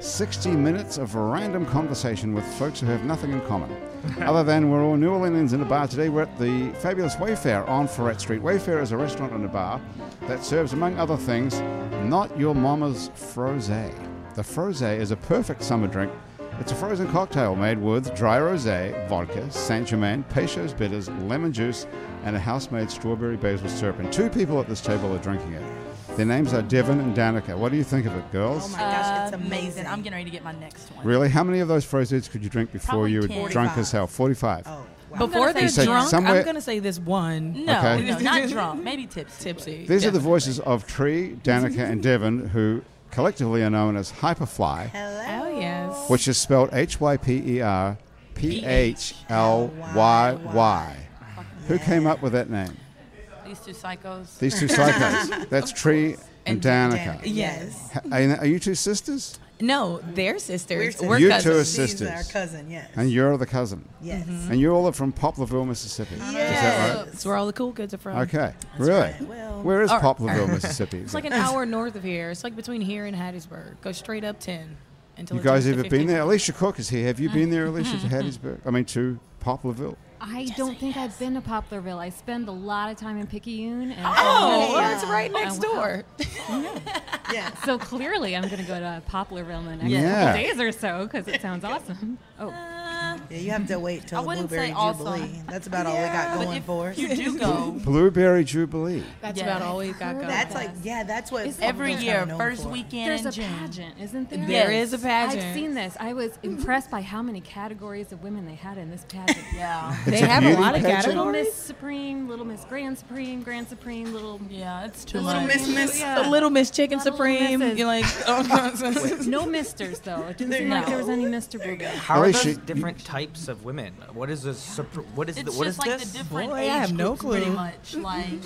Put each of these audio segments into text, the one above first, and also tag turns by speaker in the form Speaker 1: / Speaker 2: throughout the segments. Speaker 1: 60 minutes of random conversation with folks who have nothing in common. Other than we're all New Orleanians in a bar today, we're at the fabulous Wayfair on Ferret Street. Wayfair is a restaurant and a bar that serves, among other things, not your mama's froze. The froze is a perfect summer drink. It's a frozen cocktail made with dry rosé, vodka, Saint Germain, Peychaud's bitters, lemon juice, and a house-made strawberry basil syrup. And two people at this table are drinking it. Their names are Devon and Danica. What do you think of it, girls?
Speaker 2: Oh my gosh, it's amazing. I'm getting ready to get my next one.
Speaker 1: Really? How many of those frozettes could you drink before
Speaker 2: Probably
Speaker 1: you were
Speaker 2: 10.
Speaker 1: drunk as hell? 45.
Speaker 2: Oh,
Speaker 3: Before they're
Speaker 1: You said
Speaker 3: drunk,
Speaker 1: somewhere-
Speaker 3: I'm gonna say this one.
Speaker 2: No,
Speaker 1: Okay.
Speaker 2: no, not drunk. Maybe tipsy.
Speaker 3: Tipsy.
Speaker 1: These are the voices of Tree, Danica, and Devon, who collectively are known as Hyperfly,
Speaker 3: Oh yes.
Speaker 1: which is spelled H Y P E R P H L Y Y. Who came up with that name?
Speaker 2: These two psychos.
Speaker 1: These two psychos. That's Tree and Danica.
Speaker 4: Yes.
Speaker 1: Ha- Are you- are you two sisters?
Speaker 3: No, they're sisters. We're,
Speaker 4: sisters.
Speaker 1: You two
Speaker 3: cousins.
Speaker 1: are
Speaker 4: These are our
Speaker 1: sisters.
Speaker 4: cousin, yes.
Speaker 1: And you're the cousin.
Speaker 4: yes.
Speaker 2: Mm-hmm.
Speaker 1: And you all are from Poplarville, Mississippi. Is that right?
Speaker 3: That's where all the cool kids are from.
Speaker 1: Okay. really?
Speaker 4: right. Well-
Speaker 1: Where is
Speaker 3: Or-
Speaker 1: Poplarville, Mississippi?
Speaker 3: It's like an hour north of here. It's like between here and Hattiesburg. Go straight up ten. Until
Speaker 1: You
Speaker 3: it
Speaker 1: guys
Speaker 3: turns to
Speaker 1: ever been
Speaker 3: 15.
Speaker 1: there? Alicia Cook is here. Have you been there, Alicia,
Speaker 5: Mm-hmm.
Speaker 1: to Hattiesburg? I mean, to Poplarville?
Speaker 6: I don't think I've been to Poplarville. I spend a lot of time in Picayune. And
Speaker 3: Oh, well,
Speaker 4: Yeah.
Speaker 3: it's right next
Speaker 6: Oh, wow.
Speaker 3: door.
Speaker 4: yes.
Speaker 6: So clearly, I'm going to go to Poplarville in the next
Speaker 1: Yeah.
Speaker 6: couple days or so because it sounds awesome. Oh,
Speaker 4: Yeah, you have to wait till
Speaker 2: I
Speaker 4: the
Speaker 2: wouldn't
Speaker 4: Blueberry
Speaker 2: say awesome.
Speaker 4: Jubilee. That's about all Oh, we got
Speaker 2: But
Speaker 4: going
Speaker 2: if
Speaker 4: for us.
Speaker 2: you do go,
Speaker 1: Blueberry Jubilee.
Speaker 3: That's
Speaker 2: Yeah.
Speaker 3: about all we've got going.
Speaker 4: That's like, yeah, that's what
Speaker 6: It's
Speaker 4: Poplarville's
Speaker 2: every
Speaker 4: kinda
Speaker 2: year,
Speaker 4: known
Speaker 2: first
Speaker 4: for.
Speaker 2: weekend
Speaker 6: there's
Speaker 2: in
Speaker 6: a
Speaker 2: June.
Speaker 6: pageant, isn't there?
Speaker 3: there
Speaker 2: Yes.
Speaker 3: is a pageant.
Speaker 6: I've seen this. I was impressed by how many categories of women they had in this pageant.
Speaker 2: Yeah.
Speaker 3: They
Speaker 1: It's a
Speaker 3: have a
Speaker 1: beauty
Speaker 3: lot of
Speaker 1: pageant.
Speaker 6: Little
Speaker 3: categories.
Speaker 6: Miss Supreme, Little Miss Grand Supreme, Grand Supreme, Little.
Speaker 2: Yeah, it's too
Speaker 6: Little
Speaker 2: much.
Speaker 4: Miss Miss.
Speaker 3: A
Speaker 6: Yeah.
Speaker 3: little Miss Chicken
Speaker 6: Lot of little
Speaker 3: Supreme.
Speaker 6: misses.
Speaker 3: You're like, oh,
Speaker 6: No misters though. It didn't seem
Speaker 2: No.
Speaker 6: like there was any Mr. Blueberry.
Speaker 5: How are
Speaker 1: Alicia,
Speaker 5: those
Speaker 1: you-
Speaker 5: different types of women? What is this? supr- What is the,
Speaker 2: It's
Speaker 5: what is
Speaker 2: just like
Speaker 5: this?
Speaker 2: the different
Speaker 3: Boy, I
Speaker 2: age
Speaker 3: have no
Speaker 2: groups, pretty
Speaker 3: clue.
Speaker 2: much. Like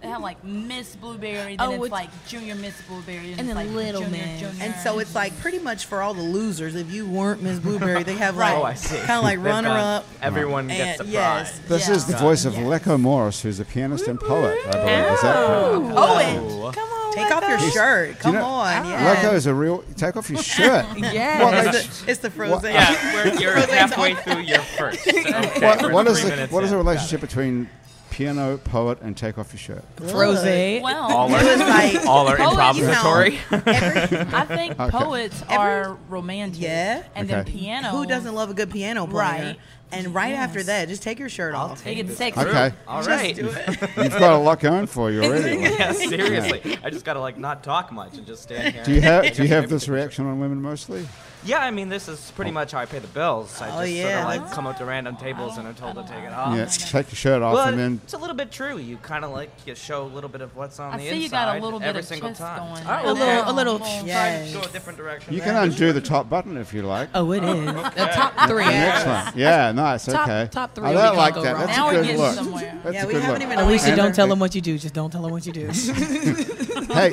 Speaker 2: they have like Miss Blueberry, then
Speaker 3: Oh,
Speaker 2: it's
Speaker 3: it's-
Speaker 2: like Junior Miss Blueberry, and,
Speaker 3: And
Speaker 2: it's
Speaker 3: then
Speaker 2: like
Speaker 3: Little
Speaker 2: junior,
Speaker 3: Miss.
Speaker 2: Junior.
Speaker 4: And so it's like pretty much for all the losers. If you weren't Miss Blueberry, they have
Speaker 2: Right.
Speaker 4: like
Speaker 5: oh, I see.
Speaker 4: kind of like
Speaker 5: They've
Speaker 4: runner
Speaker 5: got-
Speaker 4: up.
Speaker 5: Everyone gets a
Speaker 4: And-
Speaker 5: prize.
Speaker 4: yes.
Speaker 1: This
Speaker 2: Yeah.
Speaker 1: is the voice of Leco Morris, who's a pianist and poet, I believe. Is that correct?
Speaker 5: Oh,
Speaker 2: come on,
Speaker 4: Take off your shirt. Come
Speaker 1: know-
Speaker 4: on.
Speaker 1: Leco
Speaker 4: Yes.
Speaker 1: is a real. Take off your shirt.
Speaker 3: yeah.
Speaker 1: What is
Speaker 4: It's the, it's the
Speaker 1: What-
Speaker 4: frozen.
Speaker 5: Yeah, we're, you're
Speaker 4: Roseanne's
Speaker 5: halfway through your first. Okay,
Speaker 1: What,
Speaker 5: we're
Speaker 1: what is
Speaker 5: three
Speaker 1: the,
Speaker 5: minutes
Speaker 1: what is the
Speaker 5: in. Got
Speaker 1: relationship between piano, poet, and take off your shirt?
Speaker 3: Frozen.
Speaker 5: it. All
Speaker 2: Well,
Speaker 5: are,
Speaker 4: like-
Speaker 5: all are
Speaker 2: Poet, you know.
Speaker 5: improvisatory.
Speaker 4: Every,
Speaker 2: I think poets are romantic.
Speaker 4: Yeah.
Speaker 2: And then
Speaker 1: Okay.
Speaker 2: piano.
Speaker 4: who doesn't love a good piano player?
Speaker 2: Right.
Speaker 4: And right after that, just take your shirt
Speaker 5: I'll
Speaker 4: off.
Speaker 5: take
Speaker 2: They get
Speaker 5: this.
Speaker 2: sexy.
Speaker 1: Okay.
Speaker 5: All right.
Speaker 1: You've got a lot going for you already.
Speaker 5: yeah, seriously. I just gotta like not talk much and just stand here.
Speaker 1: Do you
Speaker 5: and
Speaker 1: have
Speaker 5: take
Speaker 1: Do you have
Speaker 5: up
Speaker 1: this
Speaker 5: everything.
Speaker 1: reaction on women mostly?
Speaker 5: Yeah, I mean, this is pretty much how I pay the bills. I just
Speaker 4: Oh, yeah.
Speaker 5: sort of like come up to random tables and I'm told to take it off.
Speaker 1: Yeah. Take your shirt off
Speaker 5: Uh, Well,
Speaker 1: and then
Speaker 5: it's a little bit true. You kind of like you show a little bit of what's on
Speaker 2: I
Speaker 5: the
Speaker 2: see
Speaker 5: inside
Speaker 2: you got a little bit
Speaker 5: every
Speaker 2: of
Speaker 5: single
Speaker 2: chest
Speaker 5: time.
Speaker 2: going.
Speaker 5: All right,
Speaker 3: A
Speaker 5: well,
Speaker 3: little-
Speaker 5: then
Speaker 3: a little-
Speaker 4: Yes.
Speaker 5: go a different direction.
Speaker 1: you
Speaker 5: then.
Speaker 1: can undo the top button if you like.
Speaker 3: Oh, it is. The top three.
Speaker 1: The next one. Yeah, nice.
Speaker 3: Top-
Speaker 1: okay.
Speaker 3: top three
Speaker 1: I
Speaker 3: we
Speaker 1: don't
Speaker 3: can
Speaker 1: like
Speaker 3: go
Speaker 1: that.
Speaker 3: wrong.
Speaker 1: That's
Speaker 2: Now
Speaker 1: a
Speaker 2: we're
Speaker 1: good
Speaker 2: getting
Speaker 1: look.
Speaker 2: somewhere.
Speaker 1: That's
Speaker 4: Yeah,
Speaker 1: a
Speaker 4: we
Speaker 1: good
Speaker 4: haven't
Speaker 1: look.
Speaker 4: even
Speaker 3: Alicia,
Speaker 4: And
Speaker 3: don't tell them what you do. Just don't tell them what you do.
Speaker 1: Hey,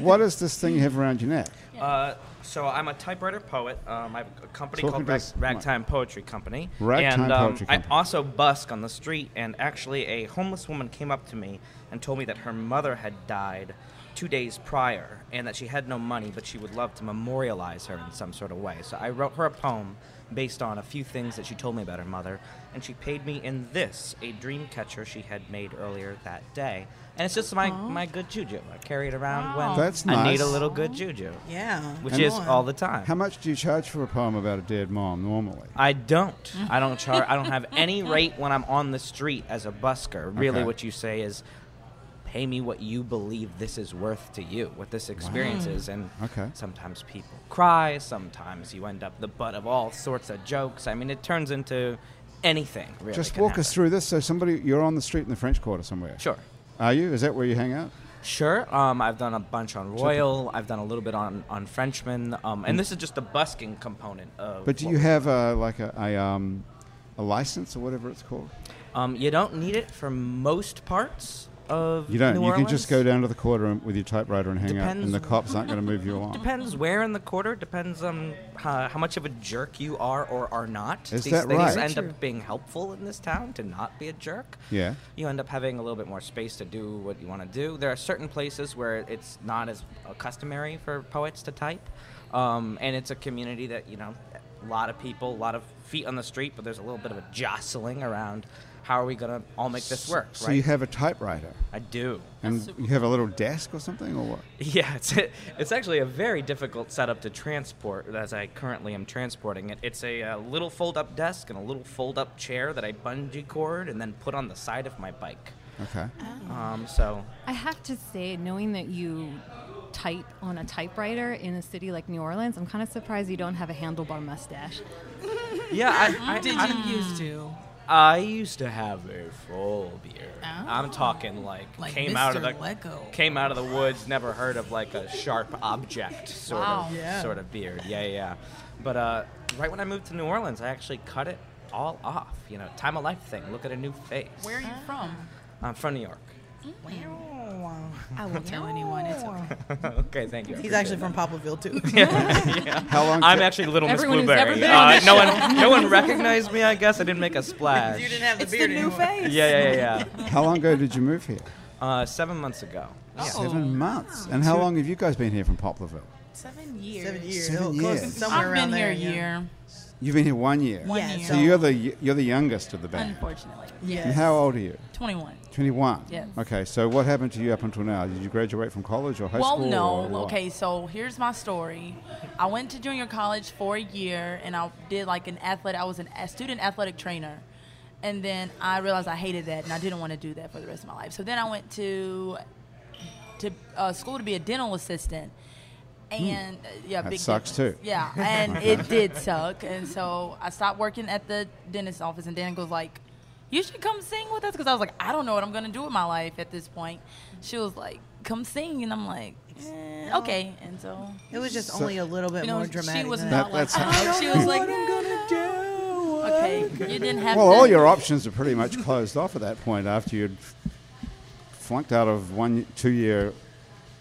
Speaker 1: what is this thing you have around your neck?
Speaker 5: Uh, so I'm a typewriter poet. Um, I have a company
Speaker 1: Talking
Speaker 5: called
Speaker 1: to
Speaker 5: Rag-
Speaker 1: us-
Speaker 5: Ragtime Poetry Company.
Speaker 1: Ragtime
Speaker 5: and, um,
Speaker 1: Poetry Company.
Speaker 5: I also busk on the street, and actually a homeless woman came up to me and told me that her mother had died two days prior and that she had no money, but she would love to memorialize her in some sort of way. So I wrote her a poem based on a few things that she told me about her mother, and she paid me in this, a dream catcher she had made earlier that day. And it's just my, my good juju. I carry it around when
Speaker 1: That's
Speaker 5: I
Speaker 1: nice.
Speaker 5: need a little good juju
Speaker 4: Yeah.
Speaker 5: which
Speaker 4: Come
Speaker 5: is
Speaker 4: on.
Speaker 5: all the time.
Speaker 1: How much do you charge for a poem about a dead mom normally?
Speaker 5: I don't. I don't charge. I don't have any rate when I'm on the street as a busker. Really,
Speaker 1: Okay.
Speaker 5: what you say is, pay me what you believe this is worth to you, what this experience is, and
Speaker 1: Okay.
Speaker 5: sometimes people cry. Sometimes you end up the butt of all sorts of jokes. I mean, it turns into anything. Really
Speaker 1: Just
Speaker 5: can
Speaker 1: walk us
Speaker 5: happen.
Speaker 1: through this. So somebody, you're on the street in the French Quarter somewhere.
Speaker 5: Sure.
Speaker 1: Are you? Is that where you hang out?
Speaker 5: Sure. Um, I've done a bunch on Royal. I've done a little bit on on Frenchman. Um, and this is just the busking component of.
Speaker 1: But do
Speaker 5: what
Speaker 1: you
Speaker 5: we
Speaker 1: have a, like a, a um a license or whatever it's called?
Speaker 5: Um, you don't need it for most parts of
Speaker 1: You don't.
Speaker 5: New
Speaker 1: you
Speaker 5: Orleans.
Speaker 1: can just go down to the quarter and, with your typewriter and hang out, and
Speaker 5: Depends-
Speaker 1: the cops aren't going to move you along.
Speaker 5: Depends where in the quarter. Depends on how, how much of a jerk you are or are not.
Speaker 1: Is
Speaker 5: These
Speaker 1: that
Speaker 5: things
Speaker 1: right?
Speaker 5: end
Speaker 3: True.
Speaker 5: up being helpful in this town to not be a jerk.
Speaker 1: Yeah.
Speaker 5: You end up having a little bit more space to do what you want to do. There are certain places where it's not as uh, customary for poets to type, um, and it's a community that you know, a lot of people, a lot of feet on the street, but there's a little bit of a jostling around. How are we gonna all make this work?
Speaker 1: So
Speaker 5: right?
Speaker 1: you have a typewriter,
Speaker 5: I do.
Speaker 1: and you have a little desk or something, or what?
Speaker 5: Yeah, it's it's actually a very difficult setup to transport, as I currently am transporting it. It's a, uh little fold-up desk and a little fold-up chair that I bungee cord and then put on the side of my bike.
Speaker 1: Okay.
Speaker 5: Um, so
Speaker 6: I have to say, knowing that you type on a typewriter in a city like New Orleans, I'm kind of surprised you don't have a handlebar mustache.
Speaker 5: yeah, I, I
Speaker 3: Did
Speaker 5: I-
Speaker 3: you used to?
Speaker 5: I used to have a full beard. I'm talking like,
Speaker 3: Like
Speaker 5: came out of the
Speaker 3: Mr. Wacko.
Speaker 5: came out of the woods, never heard of like a sharp object sort
Speaker 2: Wow.
Speaker 5: of
Speaker 4: Yeah.
Speaker 5: sort of beard. Yeah, yeah. But uh, right when I moved to New Orleans, I actually cut it all off. You know, time of life thing. Look at a new face.
Speaker 2: Where are you from?
Speaker 5: I'm from New York.
Speaker 3: I will tell anyone. It's okay.
Speaker 5: okay, thank you. I
Speaker 4: He's
Speaker 5: appreciate
Speaker 4: actually
Speaker 5: it.
Speaker 4: from Poppleville too.
Speaker 1: How long?
Speaker 5: I'm actually Little Miss
Speaker 6: Everyone who's ever
Speaker 5: Blueberry.
Speaker 6: been on
Speaker 5: Uh, no one, no one recognized me. I guess I didn't make a splash.
Speaker 4: you didn't have the
Speaker 3: It's the
Speaker 4: beard
Speaker 3: new
Speaker 4: anymore.
Speaker 3: face.
Speaker 5: Yeah, yeah, yeah.
Speaker 1: how long ago did you move here?
Speaker 5: yeah. Uh, seven months ago.
Speaker 2: Oh.
Speaker 1: Seven months. And how long have you guys been here from Poplarville?
Speaker 3: Seven years.
Speaker 4: Seven years.
Speaker 1: Seven
Speaker 4: Oh, close-
Speaker 1: years.
Speaker 4: Somewhere
Speaker 2: I've
Speaker 4: around
Speaker 2: been
Speaker 4: there.
Speaker 2: here a
Speaker 4: yeah.
Speaker 2: year,
Speaker 1: You've been here one year.
Speaker 2: One
Speaker 4: Yeah,
Speaker 2: year.
Speaker 1: So you're the you're the youngest of the band.
Speaker 2: unfortunately.
Speaker 1: And
Speaker 4: Yes.
Speaker 1: how old are you?
Speaker 2: 21.
Speaker 1: 21.
Speaker 2: Yes.
Speaker 1: Okay, so what happened to you up until now? Did you graduate from college or high
Speaker 2: well,
Speaker 1: school? or
Speaker 2: no.
Speaker 1: what?
Speaker 2: Okay, so here's my story. I went to junior college for a year, and I did like an athletic. I was an, a student athletic trainer, and then I realized I hated that, and I didn't want to do that for the rest of my life. So then I went to to uh, school to be a dental assistant, and uh, yeah,
Speaker 1: Hmm. That
Speaker 2: big
Speaker 1: sucks,
Speaker 2: difference.
Speaker 1: too.
Speaker 2: Yeah, and it did suck, and so I stopped working at the dentist's office, and Dan goes like. You should come sing with us because I was like, I don't know what I'm gonna do with my life at this point. She was like, "Come sing," and I'm like, eh, "Okay." And so,
Speaker 4: It was just only a little bit
Speaker 2: you know,
Speaker 4: Oh. more dramatic.
Speaker 2: she was
Speaker 4: than
Speaker 2: not
Speaker 1: That-
Speaker 2: like,
Speaker 1: that's how-
Speaker 2: "Oh," she was like, "Okay, you didn't have."
Speaker 1: Well, all
Speaker 2: to-
Speaker 1: your options are pretty much closed off at that point after you'd flunked out of one two year.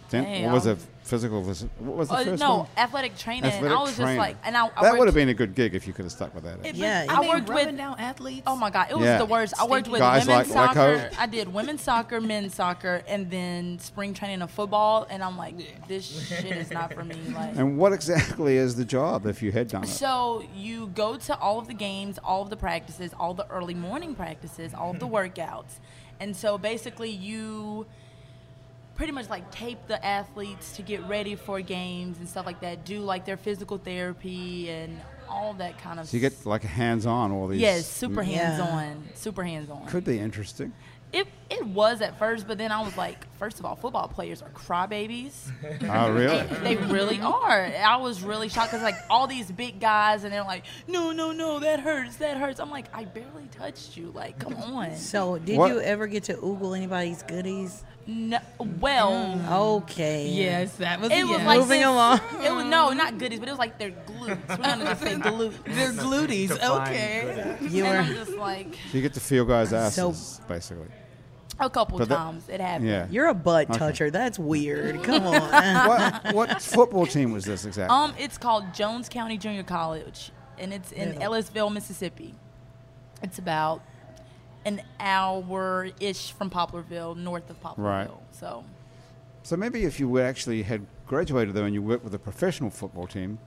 Speaker 1: Dent,
Speaker 2: Hey,
Speaker 1: what was
Speaker 2: I
Speaker 1: it?
Speaker 2: was-
Speaker 1: Physical. Was it, what was the
Speaker 2: Uh,
Speaker 1: first
Speaker 2: no,
Speaker 1: one?
Speaker 2: athletic training.
Speaker 1: Athletic
Speaker 2: I was
Speaker 1: trainer.
Speaker 2: just like, and I, I
Speaker 1: that
Speaker 2: worked-
Speaker 1: would have been a good gig if you could have stuck with that.
Speaker 3: It-
Speaker 1: actually.
Speaker 4: Yeah,
Speaker 3: but
Speaker 4: I
Speaker 3: I
Speaker 2: mean,
Speaker 3: worked
Speaker 2: rubbing
Speaker 3: with down athletes.
Speaker 2: Oh my god, it was
Speaker 1: Yeah.
Speaker 2: the worst. I worked with
Speaker 1: Guys
Speaker 2: women's
Speaker 1: like
Speaker 2: soccer.
Speaker 1: Wacko.
Speaker 2: I did women's soccer, men's soccer, and then spring training of football. And I'm like, this shit is not for me. Like,
Speaker 1: And what exactly is the job if you had done it?
Speaker 2: So you go to all of the games, all of the practices, all the early morning practices, all of the workouts. And so basically you pretty much like tape the athletes to get ready for games and stuff like that, do like their physical therapy and all that kind of
Speaker 1: so you get like hands on all these.
Speaker 2: Yes, super
Speaker 1: Mm,
Speaker 2: hands
Speaker 4: Yeah.
Speaker 2: on. Super hands on.
Speaker 1: Could be interesting.
Speaker 2: It it was at first, but then I was like, first of all, football players are crybabies.
Speaker 1: Oh, really?
Speaker 2: They really are. I was really shocked because like all these big guys, and they're like, "No, no, no, that hurts, that hurts." I'm like, I barely touched you. Like, come on.
Speaker 4: So, did
Speaker 1: What-
Speaker 4: you ever get to oogle anybody's goodies?
Speaker 2: No,
Speaker 3: Mm.
Speaker 2: well,
Speaker 4: Okay.
Speaker 3: Yes, that was. a
Speaker 2: it was
Speaker 3: yes.
Speaker 2: like
Speaker 4: Moving
Speaker 2: this-
Speaker 4: along.
Speaker 2: It was no, not goodies, but it was like their glutes. We're gonna just say glutes.
Speaker 3: They're glutes. Okay.
Speaker 4: You
Speaker 2: And
Speaker 4: were.
Speaker 2: I'm just like
Speaker 1: So you get to feel guys'
Speaker 4: So-
Speaker 1: asses, basically.
Speaker 2: a couple
Speaker 1: But that-
Speaker 2: times it happened.
Speaker 1: Yeah.
Speaker 4: You're a butt toucher. That's weird. Come on.
Speaker 1: what, what football team was this exactly?
Speaker 2: Um, it's called Jones County Junior College, and it's in
Speaker 4: Middle.
Speaker 2: Ellisville, Mississippi. It's about an hour ish from Poplarville, north of Poplarville.
Speaker 1: Right.
Speaker 2: So
Speaker 1: so maybe if you would actually had graduated though and you worked with a professional football team,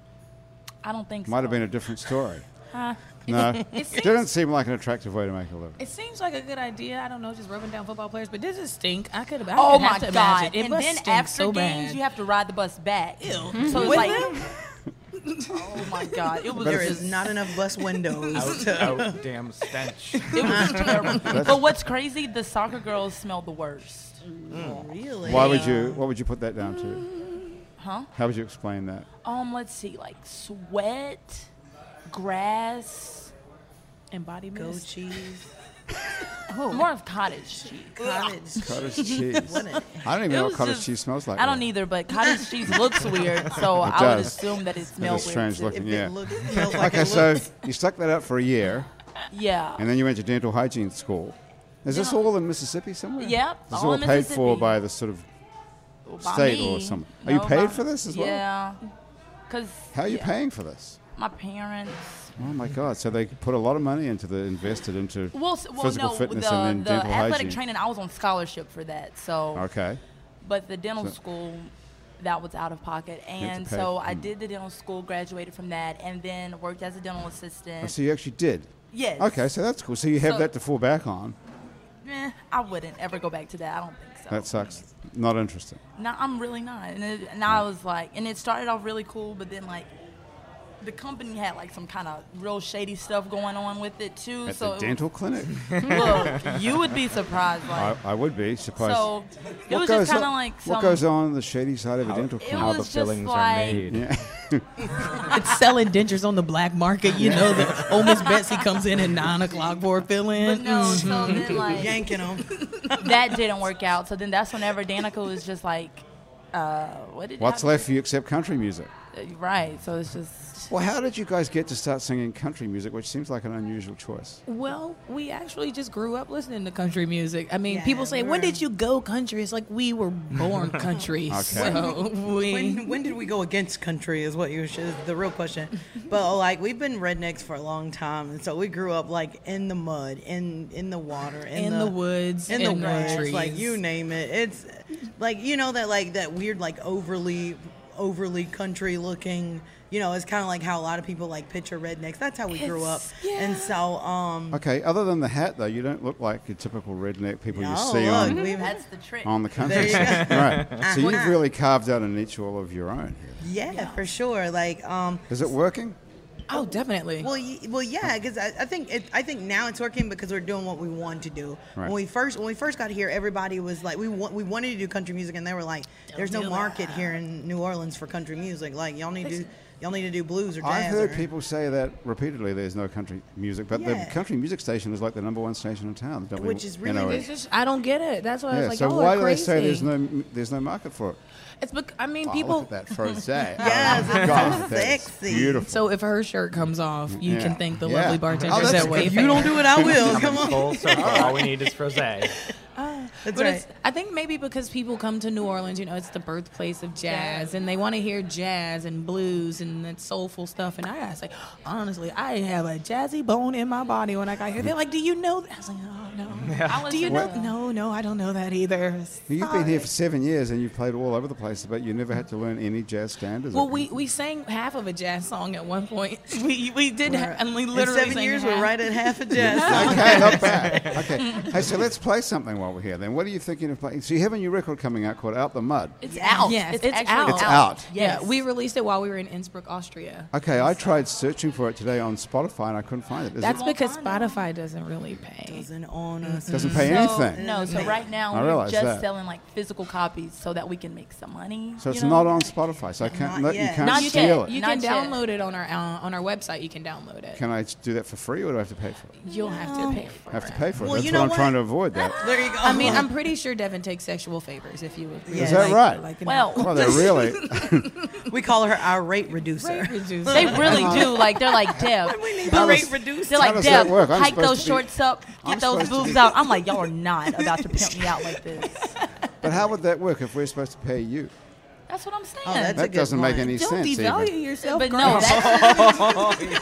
Speaker 2: I don't think so.
Speaker 1: might have been a different story.
Speaker 3: Uh,
Speaker 1: No,
Speaker 3: it seems-
Speaker 1: didn't seem like an attractive way to make a living.
Speaker 3: It seems like a good idea. I don't know, just rubbing down football players, but does it stink? I could. I
Speaker 2: Oh
Speaker 3: could
Speaker 2: my
Speaker 3: have to
Speaker 2: god!
Speaker 3: Imagine. It
Speaker 2: and
Speaker 3: must
Speaker 2: then
Speaker 3: stink
Speaker 2: after
Speaker 3: so
Speaker 2: games,
Speaker 3: bad.
Speaker 2: you have to ride the bus back. Ew. So it's
Speaker 4: With
Speaker 2: like, oh my god, it was
Speaker 4: There
Speaker 2: just-
Speaker 4: is not enough bus windows.
Speaker 5: Out, damn stench.
Speaker 2: it was terrible. but what's crazy? The soccer girls smell the worst.
Speaker 4: really?
Speaker 1: Why would you? What would you put that down to?
Speaker 2: Huh?
Speaker 1: How would you explain that?
Speaker 2: Um, let's see, like sweat, grass.
Speaker 3: and body
Speaker 4: Go
Speaker 3: mist.
Speaker 4: cheese.
Speaker 2: More of cottage cheese.
Speaker 4: Cottage.
Speaker 1: Cottage cheese.
Speaker 4: Wouldn't
Speaker 1: I don't even know
Speaker 2: It
Speaker 1: what
Speaker 2: was
Speaker 1: cottage
Speaker 2: just-
Speaker 1: cheese smells like.
Speaker 2: I don't
Speaker 1: now.
Speaker 2: either, but cottage cheese looks weird, so
Speaker 1: It
Speaker 2: I would
Speaker 1: does.
Speaker 2: assume that it
Speaker 1: It's a
Speaker 2: smells weird.
Speaker 1: strange
Speaker 2: too.
Speaker 1: looking.
Speaker 4: If
Speaker 1: Yeah.
Speaker 4: it looks, smells like
Speaker 1: okay,
Speaker 4: it
Speaker 1: so
Speaker 4: looks.
Speaker 1: you stuck that out for a year.
Speaker 2: Yeah.
Speaker 1: And then you went to dental hygiene school. Is this
Speaker 2: Yeah.
Speaker 1: all in Mississippi somewhere?
Speaker 2: Yep,
Speaker 1: This is
Speaker 2: all
Speaker 1: all
Speaker 2: in
Speaker 1: paid for
Speaker 2: Mississippi.
Speaker 1: by the sort of
Speaker 2: Well, by
Speaker 1: state or
Speaker 2: me.
Speaker 1: something. Are you
Speaker 2: No,
Speaker 1: paid
Speaker 2: by-
Speaker 1: for this as well?
Speaker 2: Yeah. Cause
Speaker 1: how are you
Speaker 2: yeah,
Speaker 1: paying for this?
Speaker 2: My parents.
Speaker 1: Oh my God! So they put a lot of money into the invested into
Speaker 2: Well, s- well
Speaker 1: physical
Speaker 2: no,
Speaker 1: fitness
Speaker 2: the,
Speaker 1: and then
Speaker 2: the
Speaker 1: dental
Speaker 2: athletic
Speaker 1: hygiene.
Speaker 2: training, I was on scholarship for that. So,
Speaker 1: Okay.
Speaker 2: but the dental
Speaker 1: So-
Speaker 2: school, that was out of pocket. And
Speaker 1: pay.
Speaker 2: so I
Speaker 1: Mm.
Speaker 2: did the dental school, graduated from that, and then worked as a dental
Speaker 1: Oh,
Speaker 2: assistant.
Speaker 1: So you actually did.
Speaker 2: Yes.
Speaker 1: Okay, so that's cool. So you have
Speaker 2: So-
Speaker 1: that to fall back on.
Speaker 2: Eh, I wouldn't ever go back to that. I don't think so.
Speaker 1: That sucks. Not interesting.
Speaker 2: No, I'm really not. And, it, and I was like, and it started off really cool, but then like, the company had like some kind of real shady stuff going on with it too.
Speaker 1: At
Speaker 2: so
Speaker 1: the
Speaker 2: it-
Speaker 1: dental clinic,
Speaker 2: look, you would be surprised.
Speaker 1: I,
Speaker 2: Like,
Speaker 1: I would be surprised.
Speaker 2: so it
Speaker 1: What
Speaker 2: was
Speaker 1: goes
Speaker 2: just kind of
Speaker 1: on-
Speaker 2: like some.
Speaker 1: what goes on in the shady side of a dental
Speaker 2: It
Speaker 1: clinic?
Speaker 5: How the
Speaker 2: was just
Speaker 5: fillings are
Speaker 2: like-
Speaker 5: made.
Speaker 1: Yeah.
Speaker 4: It's selling dentures on the black market. You know that old Miss Betsy comes in at nine o'clock for a
Speaker 2: But
Speaker 4: filling.
Speaker 2: no, so then like
Speaker 4: Yanking them.
Speaker 2: that didn't work out. So then that's whenever Danica was just like, uh, what did
Speaker 1: What's
Speaker 2: how-
Speaker 1: left for you except country music?
Speaker 2: Right. So it's just.
Speaker 1: Well, how did you guys get to start singing country music, which seems like an unusual choice?
Speaker 3: Well, we actually just grew up listening to country music. I mean,
Speaker 4: Yeah,
Speaker 3: people say,
Speaker 4: we
Speaker 3: "When
Speaker 4: were-
Speaker 3: did you go country?" It's like we were born country, so we.
Speaker 4: When, when did we go against country is what you should, is the real question. But like we've been rednecks for a long time, and so we grew up like in the mud, in in the water, in,
Speaker 3: In the woods,
Speaker 4: in the
Speaker 3: in the
Speaker 4: woods, like
Speaker 3: trees.
Speaker 4: you name it. It's like you know that like that weird like overly overly country looking. You know, it's kind of like how a lot of people like picture rednecks. That's how we grew up,
Speaker 2: It's-
Speaker 4: and so um.
Speaker 1: Okay, other than the hat, though, you don't look like your typical redneck people you
Speaker 4: No,
Speaker 1: see on,
Speaker 4: look, we've-
Speaker 2: That's the trick.
Speaker 1: on the country.
Speaker 4: you go.
Speaker 1: right. So you've really carved out a niche all of your own here.
Speaker 4: yeah, for sure. Like um,
Speaker 1: Is it working?
Speaker 3: oh, definitely.
Speaker 4: Well, y- well, yeah, because I, I think it, I think now it's working because we're doing what we want to do.
Speaker 1: Right.
Speaker 4: When we first when we first got here, everybody was like, we wa- we wanted to do country music, and they were like, "There's no
Speaker 3: do
Speaker 4: market here in New Orleans for country music. Like y'all need to y'all need to do blues or jazz."
Speaker 1: I've heard
Speaker 4: or-"
Speaker 1: people say that repeatedly. There's no country music, but
Speaker 4: Yeah.
Speaker 1: the country music station is like the number one station in town. the
Speaker 4: Which is really oh,
Speaker 1: WNOE.
Speaker 3: It's just I don't get it. That's why I was
Speaker 1: Yeah.
Speaker 3: like,
Speaker 1: so
Speaker 3: "Y'all
Speaker 1: why
Speaker 3: are
Speaker 1: do they
Speaker 3: crazy."
Speaker 1: say there's no there's no market for it?
Speaker 3: It's bec- I mean,
Speaker 1: Oh,
Speaker 3: people.
Speaker 1: look at that froze day.
Speaker 4: Yes,
Speaker 1: Oh,
Speaker 4: it's
Speaker 1: God,
Speaker 4: so
Speaker 1: that is
Speaker 4: sexy.
Speaker 1: Beautiful.
Speaker 3: So if her shirt comes off, you
Speaker 1: Yeah.
Speaker 3: can thank the
Speaker 1: Yeah.
Speaker 3: lovely
Speaker 1: Oh,
Speaker 3: bartenders
Speaker 1: that's good.
Speaker 3: at Wayfair.
Speaker 4: You don't do it, I will. Come on,
Speaker 7: Full circle. All we need is frosé.
Speaker 4: that's
Speaker 3: But
Speaker 4: right.
Speaker 3: it's, I think maybe because people come to New Orleans, you know, it's the birthplace of jazz, and they want to hear jazz and blues and that soulful stuff. And I gotta say, honestly, I didn't have a jazzy bone in my body when I got here. They're like, "Do you know?" that?" I was like, "Oh no."
Speaker 2: I
Speaker 3: Do you
Speaker 2: listen
Speaker 3: know?
Speaker 2: to-
Speaker 3: No, no, I don't know that either.
Speaker 1: You've been
Speaker 3: Sorry.
Speaker 1: here for seven years and you've played all over the place, but you never had to learn any jazz standards.
Speaker 3: Well, we, we sang half of a jazz song at one point. We we did, ha- and we
Speaker 4: In
Speaker 3: literally
Speaker 4: seven
Speaker 3: sang
Speaker 4: years,
Speaker 3: half.
Speaker 4: we're right at half a jazz.
Speaker 1: okay, not bad. Okay, hey, so let's play something while we're here. Then, what are you thinking of playing? So you have a new record coming out called "Out the Mud."
Speaker 2: It's out.
Speaker 3: Yes,
Speaker 2: it's,
Speaker 3: it's
Speaker 2: actually
Speaker 3: out. It's
Speaker 1: out.
Speaker 2: Yes.
Speaker 3: Yeah, we released it while we were in Innsbruck, Austria.
Speaker 1: Okay, I tried searching for it today on Spotify and I couldn't find it. Is
Speaker 3: That's
Speaker 1: it
Speaker 3: because Spotify doesn't really pay.
Speaker 4: Doesn't own us.
Speaker 1: doesn't pay
Speaker 2: So,
Speaker 1: anything.
Speaker 2: no,
Speaker 4: Mm-hmm.
Speaker 2: so right now
Speaker 1: I
Speaker 2: we're
Speaker 1: realize
Speaker 2: just
Speaker 1: that.
Speaker 2: selling like physical copies so that we can make some money.
Speaker 1: so
Speaker 2: you
Speaker 1: it's
Speaker 2: know?
Speaker 1: not on Spotify. So I can't.
Speaker 4: Not
Speaker 1: let- you
Speaker 4: yet.
Speaker 1: can't
Speaker 2: Not yet.
Speaker 1: steal it.
Speaker 3: You
Speaker 2: Not
Speaker 3: can
Speaker 2: yet.
Speaker 3: download it on our uh, on our website. You can download it.
Speaker 1: Can I do that for free, or do I have to pay for it?
Speaker 3: You'll have to pay for
Speaker 1: I have to
Speaker 3: it.
Speaker 1: pay for it.
Speaker 4: Well,
Speaker 1: That's
Speaker 4: you
Speaker 1: what
Speaker 4: know
Speaker 1: I'm
Speaker 4: what?
Speaker 1: trying to avoid. That
Speaker 4: There you go.
Speaker 3: I mean, I'm pretty sure Devin takes sexual favors. If you would,
Speaker 4: Is
Speaker 1: that right?
Speaker 3: an
Speaker 2: Well,
Speaker 1: well, they're really.
Speaker 4: we call her our rate reducer.
Speaker 3: outright reduce.
Speaker 2: They really
Speaker 1: Uh-huh.
Speaker 2: do. Like they're like Deb.
Speaker 4: The rate
Speaker 1: does-
Speaker 4: reducer.
Speaker 2: They're
Speaker 1: How
Speaker 2: like
Speaker 1: does that
Speaker 2: Deb.
Speaker 1: work? I'm
Speaker 2: Hike
Speaker 1: supposed
Speaker 2: those
Speaker 1: to be-
Speaker 2: shorts up.
Speaker 1: I'm
Speaker 2: Get those
Speaker 1: supposed to
Speaker 2: boobs
Speaker 1: be-
Speaker 2: out. I'm like y'all are not about to pimp me out like this.
Speaker 1: but how would that work if we're supposed to pay you?
Speaker 2: That's what I'm saying.
Speaker 4: Oh, that's a
Speaker 1: That
Speaker 4: good
Speaker 1: doesn't make
Speaker 4: one.
Speaker 1: any
Speaker 3: Don't
Speaker 1: sense.
Speaker 3: devalue
Speaker 1: even.
Speaker 3: yourself,
Speaker 2: but
Speaker 3: girl.
Speaker 2: no, that's,
Speaker 4: Oh,
Speaker 2: but no,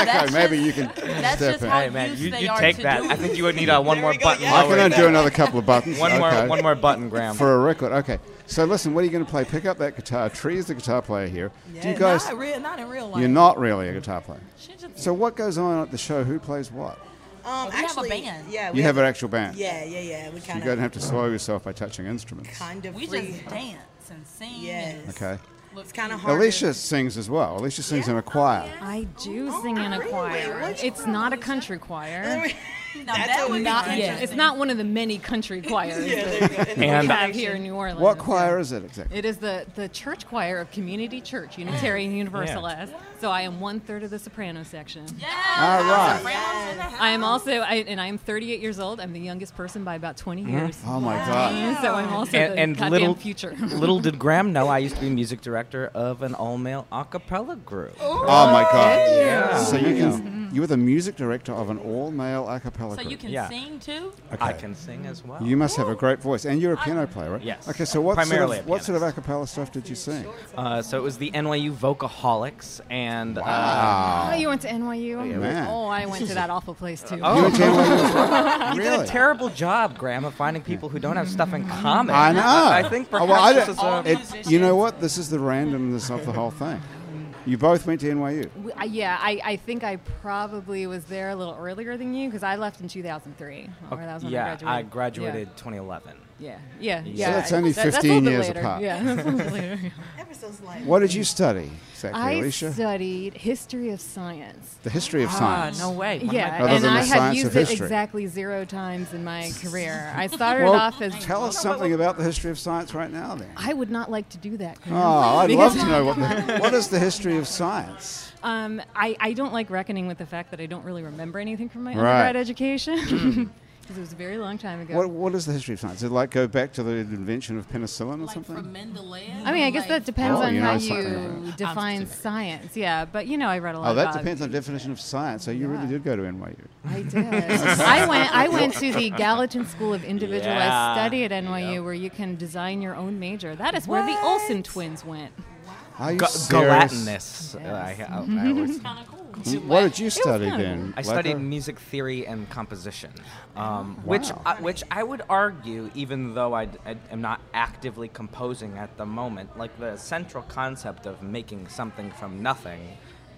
Speaker 1: Okay,
Speaker 2: Oh, that's
Speaker 1: maybe
Speaker 2: just,
Speaker 1: you can
Speaker 2: that's
Speaker 1: step
Speaker 2: just
Speaker 1: in.
Speaker 2: how
Speaker 1: I
Speaker 5: Hey man,
Speaker 2: used
Speaker 5: you,
Speaker 2: they
Speaker 5: you
Speaker 2: are
Speaker 5: take
Speaker 2: to
Speaker 5: that.
Speaker 2: doing
Speaker 5: I think you would need uh, one more
Speaker 4: we go.
Speaker 5: button.
Speaker 4: Yeah.
Speaker 1: can
Speaker 5: lower
Speaker 1: undo
Speaker 5: there.
Speaker 1: another couple of buttons.
Speaker 5: One
Speaker 1: Okay.
Speaker 5: more, one more button, Graham.
Speaker 1: for a record. Okay, so listen, what are you going to play? Pick up that guitar. Tree is the guitar player here. Do you guys?
Speaker 3: not, real, not in real life.
Speaker 1: You're not really a guitar player.
Speaker 2: She just-
Speaker 1: So what goes on at the show? Who plays what?
Speaker 4: Um,
Speaker 2: we have a
Speaker 4: actually,
Speaker 2: band.
Speaker 4: Yeah, we
Speaker 1: You have an actual band.
Speaker 4: Yeah, yeah, yeah. We
Speaker 1: You
Speaker 4: kind
Speaker 1: don't
Speaker 4: of
Speaker 1: have to slow yourself by touching instruments.
Speaker 4: kind of
Speaker 2: we just dance and sing.
Speaker 4: Yes.
Speaker 2: and
Speaker 1: Okay.
Speaker 2: look
Speaker 4: It's kind of
Speaker 2: cute.
Speaker 4: hard.
Speaker 1: Alicia sings as well. Alicia sings in a choir.
Speaker 6: I do sing in a
Speaker 4: really?
Speaker 6: choir.
Speaker 4: What you
Speaker 6: It's not a country choir.
Speaker 2: Now
Speaker 4: That's
Speaker 2: that
Speaker 4: what
Speaker 2: would
Speaker 4: we
Speaker 2: not
Speaker 4: got.
Speaker 2: be
Speaker 6: Yeah, it's not one of the many country choirs that we
Speaker 5: And
Speaker 6: have here in New Orleans.
Speaker 1: What choir is it exactly?
Speaker 6: It is the, the church choir of Community Church, Unitarian Universalist. So I am one third of the soprano section.
Speaker 1: All right.
Speaker 6: I am also, I, and I am 38 years old. I'm the youngest person by about 20 years.
Speaker 1: Oh my God.
Speaker 6: So I'm also
Speaker 5: and,
Speaker 6: the
Speaker 5: and
Speaker 6: goddamn
Speaker 5: little
Speaker 6: future.
Speaker 5: little did Graham know I used to be music director of an all male a cappella group.
Speaker 1: Oh my God. Oh So you can You were the music director of an all-male a cappella
Speaker 2: So
Speaker 1: group.
Speaker 2: you can
Speaker 5: Yeah.
Speaker 2: sing too?
Speaker 5: I
Speaker 1: Okay.
Speaker 5: can sing as well.
Speaker 1: You must have a great voice, and you're a piano player, right?
Speaker 5: Yes.
Speaker 1: Okay, so what
Speaker 5: Primarily
Speaker 1: sort of
Speaker 5: a
Speaker 1: what sort of acapella stuff did you sing?
Speaker 5: Uh, so it was the NYU Vocaholics, and uh,
Speaker 6: oh, you went to NYU?
Speaker 1: Man.
Speaker 6: Oh, I went to that awful place too.
Speaker 5: uh,
Speaker 1: You and Jan Williams,
Speaker 5: oh,
Speaker 1: right?
Speaker 5: you
Speaker 1: really?
Speaker 5: did a terrible job, Graham, of finding people who don't have stuff in common.
Speaker 1: I know.
Speaker 5: I think perhaps
Speaker 1: Oh, well, I
Speaker 5: this
Speaker 1: don't-
Speaker 5: is a,
Speaker 2: It-
Speaker 1: You know what? This is the randomness of the whole thing. You both went to NYU.
Speaker 6: We- I- yeah, I, I think I probably was there a little earlier than you because I left in 2003. Or that was when
Speaker 5: yeah,
Speaker 6: I graduated.
Speaker 5: I graduated 2011.
Speaker 6: Yeah, yeah, yeah.
Speaker 1: So that's only
Speaker 6: That- that's a
Speaker 1: 15
Speaker 6: little bit
Speaker 1: years
Speaker 6: later.
Speaker 1: apart.
Speaker 6: Yeah, that's a little bit later.
Speaker 4: Ever so slightly.
Speaker 1: What did you study, exactly,
Speaker 6: I
Speaker 1: Alicia?
Speaker 6: studied history of science.
Speaker 1: the history of
Speaker 6: Ah,
Speaker 1: science.
Speaker 5: no way.
Speaker 6: yeah,
Speaker 1: Other
Speaker 6: and
Speaker 1: than
Speaker 6: I
Speaker 1: the
Speaker 6: have
Speaker 1: science
Speaker 6: used
Speaker 1: of
Speaker 6: it
Speaker 1: history.
Speaker 6: exactly zero times in my career. I started
Speaker 1: Well,
Speaker 6: off as
Speaker 1: Tell us something about the history of science right now, then.
Speaker 6: I would not like to do that. Graham.
Speaker 1: Oh, I'd love to know what the, what is the history of science.
Speaker 6: Um, I, I don't like reckoning with the fact that I don't really remember anything from my
Speaker 1: Right. Hmm.
Speaker 6: undergrad education because it was a very long time ago.
Speaker 1: What what is the history of science? Did it like go back to the invention of penicillin or
Speaker 2: Like
Speaker 1: something?
Speaker 2: from Mendeley?
Speaker 6: I mean, I guess that depends
Speaker 1: Oh,
Speaker 6: on
Speaker 1: you know
Speaker 6: how
Speaker 1: something
Speaker 6: you
Speaker 1: about it.
Speaker 6: define science. Yeah, but you know, I read a lot.
Speaker 1: Oh, that
Speaker 6: about-
Speaker 1: depends on definition of science. So you really
Speaker 6: Yeah.
Speaker 1: did go to NYU.
Speaker 6: I did. I went. I went to the Gallatin School of Individualized
Speaker 5: Yeah.
Speaker 6: Study at NYU, where you can design your own major. That is where the Olsen twins went.
Speaker 1: Are you
Speaker 5: Ga-
Speaker 1: serious?
Speaker 5: gelatinous. Uh, I, I- I
Speaker 6: Mm-hmm.
Speaker 5: always-
Speaker 2: kind of cool.
Speaker 1: Mm, What did you study
Speaker 6: kinda
Speaker 1: then?
Speaker 5: I
Speaker 1: Like
Speaker 5: studied
Speaker 1: a-
Speaker 5: music theory and composition,
Speaker 6: Oh,
Speaker 5: um, which
Speaker 1: Wow.
Speaker 5: I, which I would argue, even though I, d- I am not actively composing at the moment, like the central concept of making something from nothing,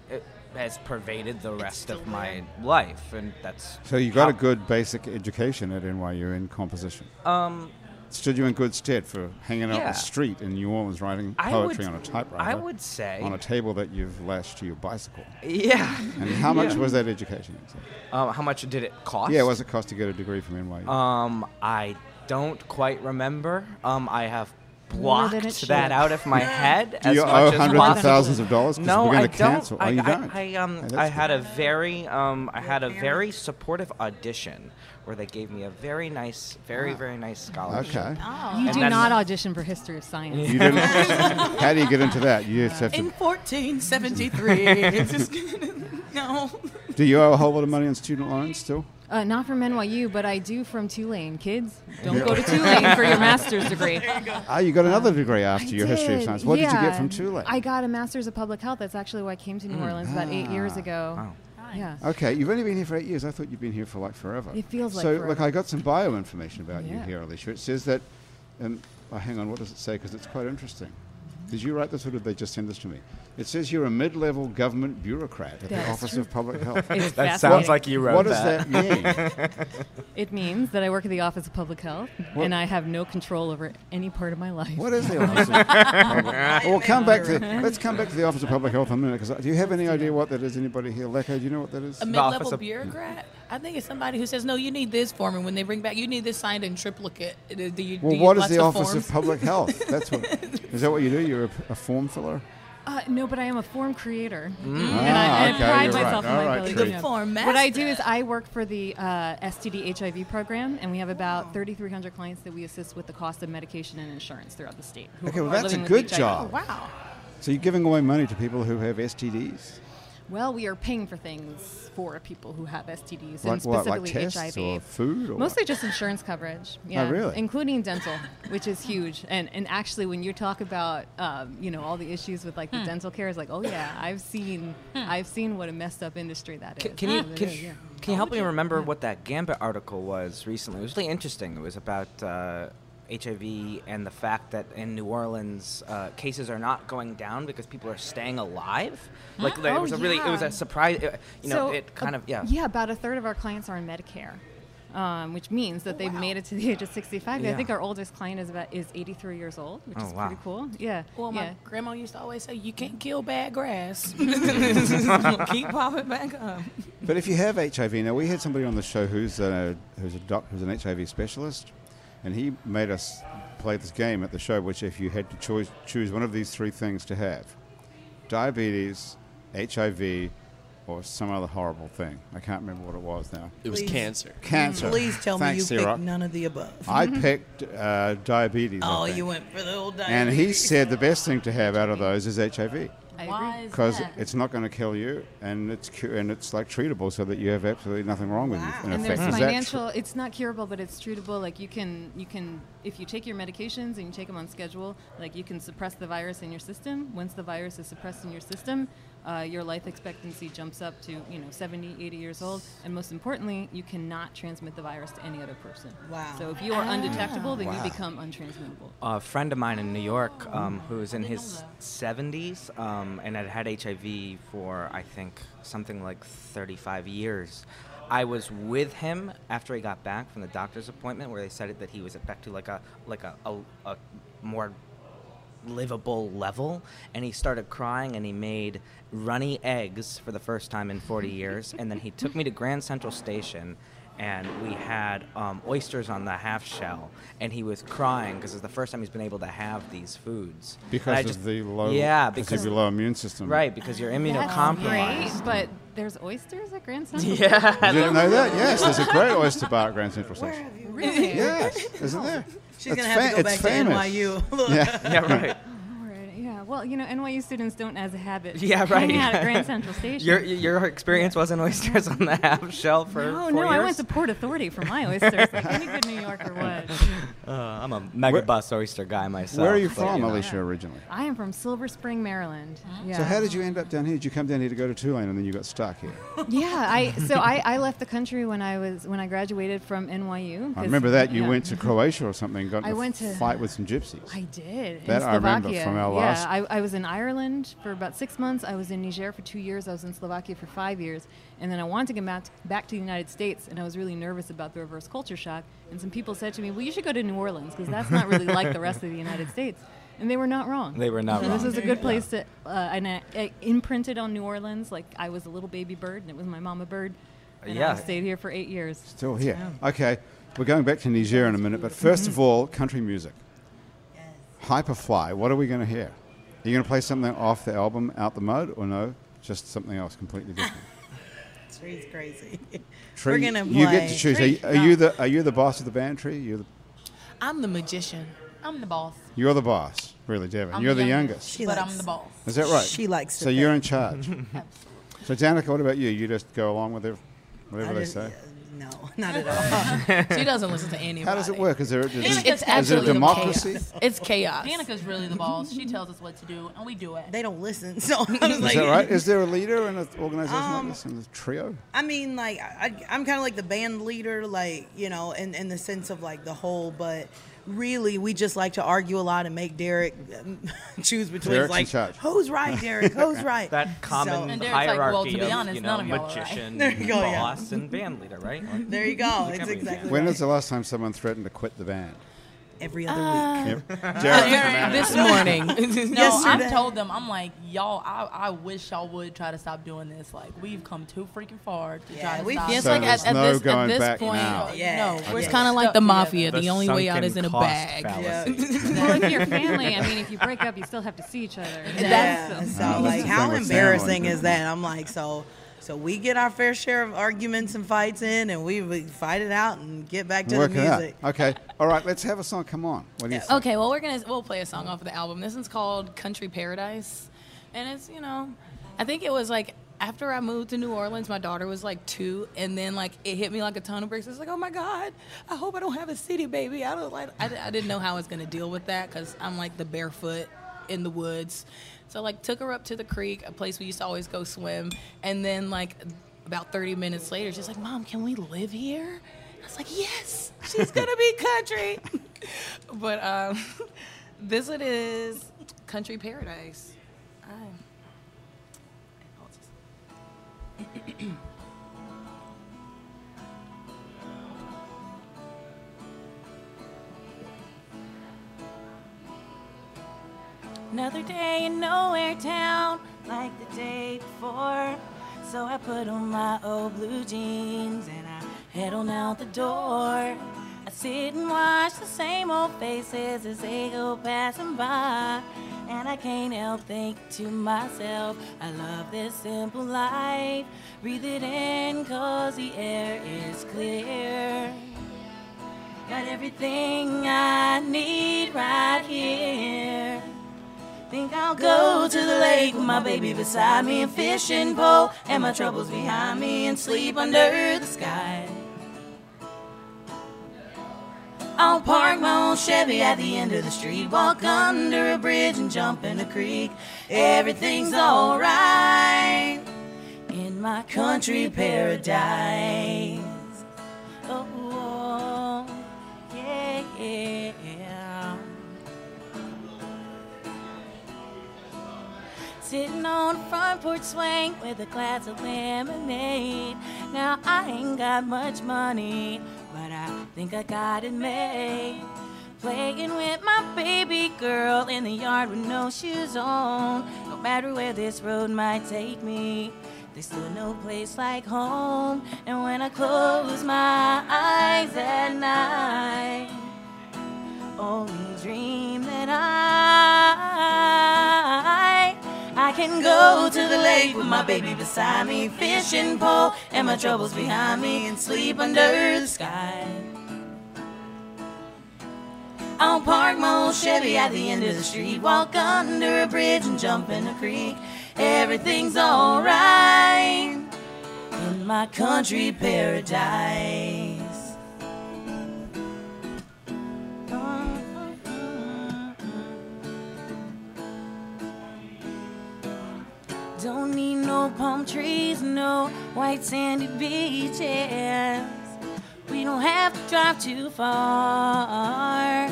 Speaker 5: it has pervaded the rest of my life, and that's
Speaker 1: so you got a
Speaker 5: how-
Speaker 1: good basic education at NYU in composition.
Speaker 5: Um,
Speaker 1: Stood you in good stead for hanging out on
Speaker 5: Yeah.
Speaker 1: the street in New Orleans writing
Speaker 5: I
Speaker 1: poetry
Speaker 5: would-
Speaker 1: on a typewriter.
Speaker 5: I would say-
Speaker 1: on a table that you've lashed to your bicycle.
Speaker 5: yeah.
Speaker 1: And how much
Speaker 5: Yeah.
Speaker 1: was that education? exactly?
Speaker 5: Um, how much did it cost?
Speaker 1: Yeah, what's it cost to get a degree from NYU?
Speaker 5: Um, I don't quite remember. Um, I have
Speaker 6: More than it
Speaker 5: blocked
Speaker 6: should.
Speaker 5: that out of my head
Speaker 1: Do
Speaker 5: as
Speaker 1: you owe
Speaker 5: much as
Speaker 1: hundreds of
Speaker 5: possible.
Speaker 1: thousands of dollars? 'Cause
Speaker 5: No,
Speaker 1: we're
Speaker 5: I
Speaker 1: going
Speaker 5: don't.
Speaker 1: to cancel.
Speaker 5: I,
Speaker 1: oh, you
Speaker 5: I-
Speaker 1: don't.
Speaker 5: I, um,
Speaker 1: Hey, that's
Speaker 5: I had
Speaker 1: good.
Speaker 5: a very, um, I had a very supportive audition where they gave me a very nice,
Speaker 6: Ah.
Speaker 5: very, very nice scholarship.
Speaker 1: Okay.
Speaker 6: You
Speaker 5: And
Speaker 6: do
Speaker 5: that's-
Speaker 6: not audition for history of science.
Speaker 1: You didn't. how do you get into that? You just have
Speaker 4: In
Speaker 1: to.
Speaker 4: 1473. it's just no.
Speaker 1: Do you owe a whole lot of money on student loans still?
Speaker 6: Uh, not from NYU, but I do from Tulane. Kids, don't go to Tulane for your master's degree.
Speaker 1: Ah, you got another degree after your history of
Speaker 6: did,
Speaker 1: science. What did you get
Speaker 6: yeah.
Speaker 1: from Tulane?
Speaker 6: I got a master's of public health. That's actually why I came to New Orleans about eight years ago.
Speaker 5: Oh.
Speaker 6: Yeah.
Speaker 1: Okay, you've only been here for eight years. I thought you'd been here for like forever.
Speaker 6: It feels like
Speaker 1: so.
Speaker 6: forever.
Speaker 1: Look, I got some bio information about you
Speaker 6: Yeah.
Speaker 1: here, Alicia. It says that. Um, oh, hang on, what does it say? Because it's quite interesting. Did you write this, or did they just send this to me? It says you're a mid-level government bureaucrat at
Speaker 6: That's
Speaker 1: the Office
Speaker 6: true.
Speaker 1: of Public Health.
Speaker 6: It's
Speaker 7: That sounds
Speaker 6: fascinating.
Speaker 7: like you wrote
Speaker 1: what does that mean?
Speaker 6: It means that I work at the Office of Public Health
Speaker 1: What-
Speaker 6: and I have no control over any part of my life.
Speaker 1: What is the office? of public health? we'll come back to let's come back to the office of public health in a minute. Because do you have any idea what that is? Anybody here, Lecco? Do you know what that is?
Speaker 6: Um,
Speaker 3: A
Speaker 5: office
Speaker 3: mid-level
Speaker 5: of-
Speaker 3: bureaucrat? I think it's somebody who says, "No, you need this form," and when they bring back, you need this signed in triplicate. Do you, do
Speaker 1: well,
Speaker 3: you
Speaker 1: what is
Speaker 3: lots
Speaker 1: the office
Speaker 3: forms?
Speaker 1: of public health? That's what. Is that what you do? You're a, a form filler.
Speaker 6: Uh, no, but I am a form creator. And
Speaker 1: Ah,
Speaker 6: I, and I
Speaker 1: okay,
Speaker 6: pride
Speaker 1: you're right.
Speaker 6: myself
Speaker 1: All
Speaker 6: on my
Speaker 1: right,
Speaker 6: ability.
Speaker 1: Trudy.
Speaker 6: yeah.
Speaker 3: Form
Speaker 6: What I do is I work for the uh, STD HIV program, and we have about 3,300 clients that we assist with the cost of medication and insurance throughout the state. who
Speaker 1: Okay, well,
Speaker 6: are
Speaker 1: that's a
Speaker 6: living with
Speaker 1: good
Speaker 6: HIV.
Speaker 1: job.
Speaker 3: Wow.
Speaker 1: So you're giving away money to people who have STDs.
Speaker 6: Well, we are paying for things for people who have STDs
Speaker 1: Like
Speaker 6: and
Speaker 1: what, like
Speaker 6: specifically
Speaker 1: tests
Speaker 6: HIV.
Speaker 1: or food or Oh,
Speaker 6: Mostly just insurance coverage. Yeah,
Speaker 1: really?
Speaker 6: Including dental, which is huge. And and actually, when you talk about um, you know all the issues with like
Speaker 5: Hmm.
Speaker 6: the dental care, it's like, oh yeah, I've seen I've seen what a messed up industry that is.
Speaker 5: Can, can you
Speaker 6: It
Speaker 5: can,
Speaker 6: is, yeah.
Speaker 5: can you help me remember what that Gambit article was recently? It was really interesting. It was about uh, HIV and the fact that in New Orleans uh, cases are not going down because people are staying alive. Like there
Speaker 6: Oh,
Speaker 5: was a really it was
Speaker 6: yeah.
Speaker 5: a surprise. uh, You know,
Speaker 6: So,
Speaker 5: it kind
Speaker 6: a-
Speaker 5: of yeah.
Speaker 6: Yeah, about a third of our clients are on Medicare, um, which means that they've made it to the age of 65. I
Speaker 5: Yeah.
Speaker 6: think our oldest client is about is 83 years old, which
Speaker 5: Oh,
Speaker 6: is
Speaker 5: wow.
Speaker 6: pretty cool. Yeah.
Speaker 3: Well, my
Speaker 6: yeah.
Speaker 3: grandma used to always say, "You can't kill bad grass. Keep popping back up."
Speaker 1: But if you have HIV, now we had somebody on the show who's a, who's a doc, who's an HIV specialist, and he made us play this game at the show, which if you had to choose choose one of these three things to have, diabetes, HIV, or some other horrible thing. I can't remember what it was now.
Speaker 8: It was
Speaker 4: Please.
Speaker 8: cancer.
Speaker 1: Cancer.
Speaker 4: Please tell
Speaker 1: Thanks,
Speaker 4: me you
Speaker 1: Xerox.
Speaker 4: picked none of the above.
Speaker 1: I picked uh, diabetes. I
Speaker 4: oh,
Speaker 1: think.
Speaker 4: you went for the old diet.
Speaker 1: And he said the best thing to have out of those is HIV.
Speaker 6: I
Speaker 2: Why
Speaker 6: agree.
Speaker 2: is
Speaker 1: because
Speaker 2: that?
Speaker 1: it's not going to kill you, and it's cu- and it's like treatable, so that you have absolutely nothing wrong with you. In
Speaker 6: and
Speaker 1: effect,
Speaker 6: there's
Speaker 1: Is that tr-
Speaker 6: financial it's not curable but it's treatable like you can you can if you take your medications and you take them on schedule like you can suppress the virus in your system once the virus is suppressed in your system uh, your life expectancy jumps up to you know 70 80 years old and most importantly you cannot transmit the virus to any other person
Speaker 4: Wow.
Speaker 6: so if you
Speaker 1: Ah.
Speaker 6: are undetectable then you become untransmittable
Speaker 5: a friend of mine in New York um, who's in his 70s um, and had had HIV for, I think, something like 35 years. I was with him after he got back from the doctor's appointment where they said it, that he was back to like a, like a, a, a more livable level and he started crying and he made runny eggs for the first time in 40 years and then he took me to grand central station and we had um, oysters on the half shell and he was crying because it's the first time he's been able to have these foods And I
Speaker 1: because
Speaker 5: just-
Speaker 1: of the low, because
Speaker 5: yeah
Speaker 1: of
Speaker 5: because
Speaker 1: your low immune system.
Speaker 5: right because you're immunocompromised
Speaker 6: but there's oysters at grand central
Speaker 1: You didn't know that? Yes, there's a great oyster bar at Grand Central
Speaker 4: Where
Speaker 1: Station.
Speaker 4: have you?
Speaker 6: really
Speaker 1: Yes, isn't there?
Speaker 4: She's
Speaker 1: It's
Speaker 4: gonna have to
Speaker 1: fa-
Speaker 4: go
Speaker 1: it's
Speaker 4: back
Speaker 1: famous.
Speaker 4: to NYU.
Speaker 1: Yeah.
Speaker 5: yeah right
Speaker 6: Right, yeah well you know nyu students don't as a habit
Speaker 5: Yeah,
Speaker 6: hang
Speaker 5: right.
Speaker 6: out at grand central station
Speaker 5: your, your experience wasn't oysters on the half shell for
Speaker 6: No,
Speaker 5: four
Speaker 6: no, I
Speaker 5: years?
Speaker 6: went to Port Authority for my oysters, like any good New Yorker would.
Speaker 5: uh, I'm a mega bus oyster guy myself
Speaker 1: Where are you
Speaker 5: but,
Speaker 1: from,
Speaker 5: know.
Speaker 1: Alicia, originally?
Speaker 6: I am from Silver Spring, Maryland. Yeah.
Speaker 1: So how did you end up down here? Did you come down here to go to Tulane and then you got stuck here?
Speaker 6: Yeah, I so I, I left the country when I was when I graduated from NYU.
Speaker 1: I
Speaker 6: 'cause-
Speaker 1: remember that you
Speaker 6: yeah.
Speaker 1: went to Croatia or something, got in
Speaker 6: I
Speaker 1: a
Speaker 6: went to-
Speaker 1: fight with some gypsies.
Speaker 6: I did.
Speaker 1: That
Speaker 6: in
Speaker 1: I remember
Speaker 6: Slovakia.
Speaker 1: from our
Speaker 6: yeah,
Speaker 1: last-
Speaker 6: I, I was in Ireland for about six months. I was in Niger for two years. I was in Slovakia for five years. And then I wanted to get back, back to the United States, and I was really nervous about the reverse culture shock. And some people said to me, Well, you should go to New Orleans, because that's not really like the rest of the United States. And they were not wrong.
Speaker 5: They were not
Speaker 6: So
Speaker 5: wrong.
Speaker 6: This is a good place to, uh, and I, I imprinted on New Orleans. Like I was a little baby bird, and it was my mama bird. And
Speaker 5: Yeah.
Speaker 6: I stayed here for eight years.
Speaker 1: Still here. Okay, we're going back to Niger in a minute, but first of all, country music. Hyperfly, what are we going to hear? Are you going to play something off the album Out the Mode or no? Just something else completely different.
Speaker 4: Tree's crazy.
Speaker 1: Tree,
Speaker 4: We're gonna play.
Speaker 1: You get to choose. Are you,
Speaker 4: Tree.
Speaker 1: are you the are you the boss of the band, Tree? You're the,
Speaker 3: I'm the magician.
Speaker 2: I'm the boss.
Speaker 1: you're the boss, really, Devin.
Speaker 2: I'm
Speaker 1: you're the
Speaker 2: youngest,
Speaker 1: youngest.
Speaker 4: She
Speaker 2: but
Speaker 4: likes-
Speaker 2: I'm the boss.
Speaker 1: Is that right?
Speaker 4: She likes to
Speaker 1: So you're in
Speaker 4: think.
Speaker 1: charge. so Danica, what about you? You just go along with it,
Speaker 4: I
Speaker 1: whatever they
Speaker 4: just-
Speaker 1: say.
Speaker 4: No, not at all.
Speaker 3: She doesn't listen to anybody.
Speaker 1: How does it work? Is there is,
Speaker 2: It's-
Speaker 1: it- is
Speaker 3: It's
Speaker 1: it a
Speaker 3: absolutely
Speaker 1: democracy?
Speaker 3: Chaos. It's chaos.
Speaker 2: Danica's really the boss. She tells us what to do, and we do it.
Speaker 4: they don't listen. So I was
Speaker 1: Is
Speaker 4: like,
Speaker 1: that right? Is there a leader in an organization
Speaker 4: Um,
Speaker 1: like this? In the trio?
Speaker 4: I mean, like I, I- I'm kind of like the band leader, like you know, in in the sense of like the whole, but. Really, we just like to argue a lot and make Derek um, choose between
Speaker 1: Derek's in
Speaker 4: like
Speaker 1: charge.
Speaker 4: who's right, Derek, who's right.
Speaker 7: That common
Speaker 2: And Derek's like,
Speaker 7: hierarchy
Speaker 2: well, to be
Speaker 7: of
Speaker 2: honest,
Speaker 7: you know,
Speaker 2: none of y'all are right.
Speaker 7: magician,
Speaker 4: There you go, yeah.
Speaker 7: boss, and band leader, right? Like,
Speaker 4: there you go.
Speaker 7: Look
Speaker 4: It's
Speaker 7: at me.
Speaker 4: exactly
Speaker 1: When
Speaker 4: right.
Speaker 1: was the last time someone threatened to quit the band?
Speaker 4: every other week.
Speaker 1: Yep.
Speaker 2: Derek,
Speaker 3: This morning.
Speaker 2: No,
Speaker 4: Yesterday.
Speaker 2: I've told them, I'm like, y'all, I, I wish y'all would try to stop doing this. Like, we've come too freaking far to
Speaker 4: Yeah,
Speaker 2: try to
Speaker 4: we've-
Speaker 2: stop.
Speaker 3: Yeah, it's
Speaker 1: So
Speaker 3: like
Speaker 1: there's
Speaker 3: at, at
Speaker 1: no
Speaker 3: this,
Speaker 1: going
Speaker 3: at this
Speaker 1: back
Speaker 3: point,
Speaker 1: now.
Speaker 4: Yeah.
Speaker 2: No,
Speaker 4: Okay.
Speaker 2: we're
Speaker 3: it's
Speaker 4: Yeah.
Speaker 3: kind of like the
Speaker 2: stuck
Speaker 3: mafia.
Speaker 2: together.
Speaker 3: The, only way out is in a
Speaker 5: sunken cost
Speaker 3: bag.
Speaker 5: fallacy.
Speaker 6: well, if you're family, I mean, if you break up, you still have to see each other.
Speaker 4: Yeah.
Speaker 6: That's-
Speaker 4: So like,
Speaker 1: Same
Speaker 4: how
Speaker 1: with
Speaker 4: embarrassing
Speaker 1: Sandlin.
Speaker 4: is that? I'm like, so, so we get our fair share of arguments and fights in, and we, we fight it out and get back to
Speaker 1: Work
Speaker 4: the
Speaker 1: it out.
Speaker 4: music.
Speaker 1: Okay. All right. Let's have a song. Come on. What do you think?
Speaker 3: Okay, well we're gonna we'll play a song off of the album. This one's called Country Paradise, and it's you know, I think it was like after I moved to New Orleans, my daughter was like two, and then like it hit me like a ton of bricks. It's like, oh my god, I hope I don't have a city baby. I don't like I, I didn't know how I was gonna deal with that because I'm like the barefoot in the woods. So like took her up to the creek, a place we used to always go swim, and then like about 30 minutes later, she's like, Mom, can we live here? I was like, yes, she's gonna be country. but um, this one is country paradise. Another day in nowhere town, like the day before. So I put on my old blue jeans and I head on out the door. I sit and watch the same old faces as they go passing by. And I can't help think to myself, I love this simple life. Breathe it in, cause the air is clear. Got everything I need right here.
Speaker 2: Think I'll go to the lake with my baby beside me and fishing pole and my troubles behind me and sleep under the sky. I'll park my old Chevy at the end of the street, walk under a bridge and jump in a creek. Everything's alright in my country paradise. Oh, oh, yeah, yeah. Sitting on the front porch swing with a glass of lemonade. Now I ain't got much money, but I think I got it made. Playing with my baby girl in the yard with no shoes on. No matter where this road might take me, there's still no place like home. And when I close my eyes at night, only dream that I I can go to the lake with my baby beside me, fishing pole and my troubles behind me, and sleep under the sky. I'll park my old Chevy at the end of the street, walk under a bridge and jump in a creek. Everything's alright in my country paradise. Don't need no palm trees, no white sandy beaches. We don't have to drive too far.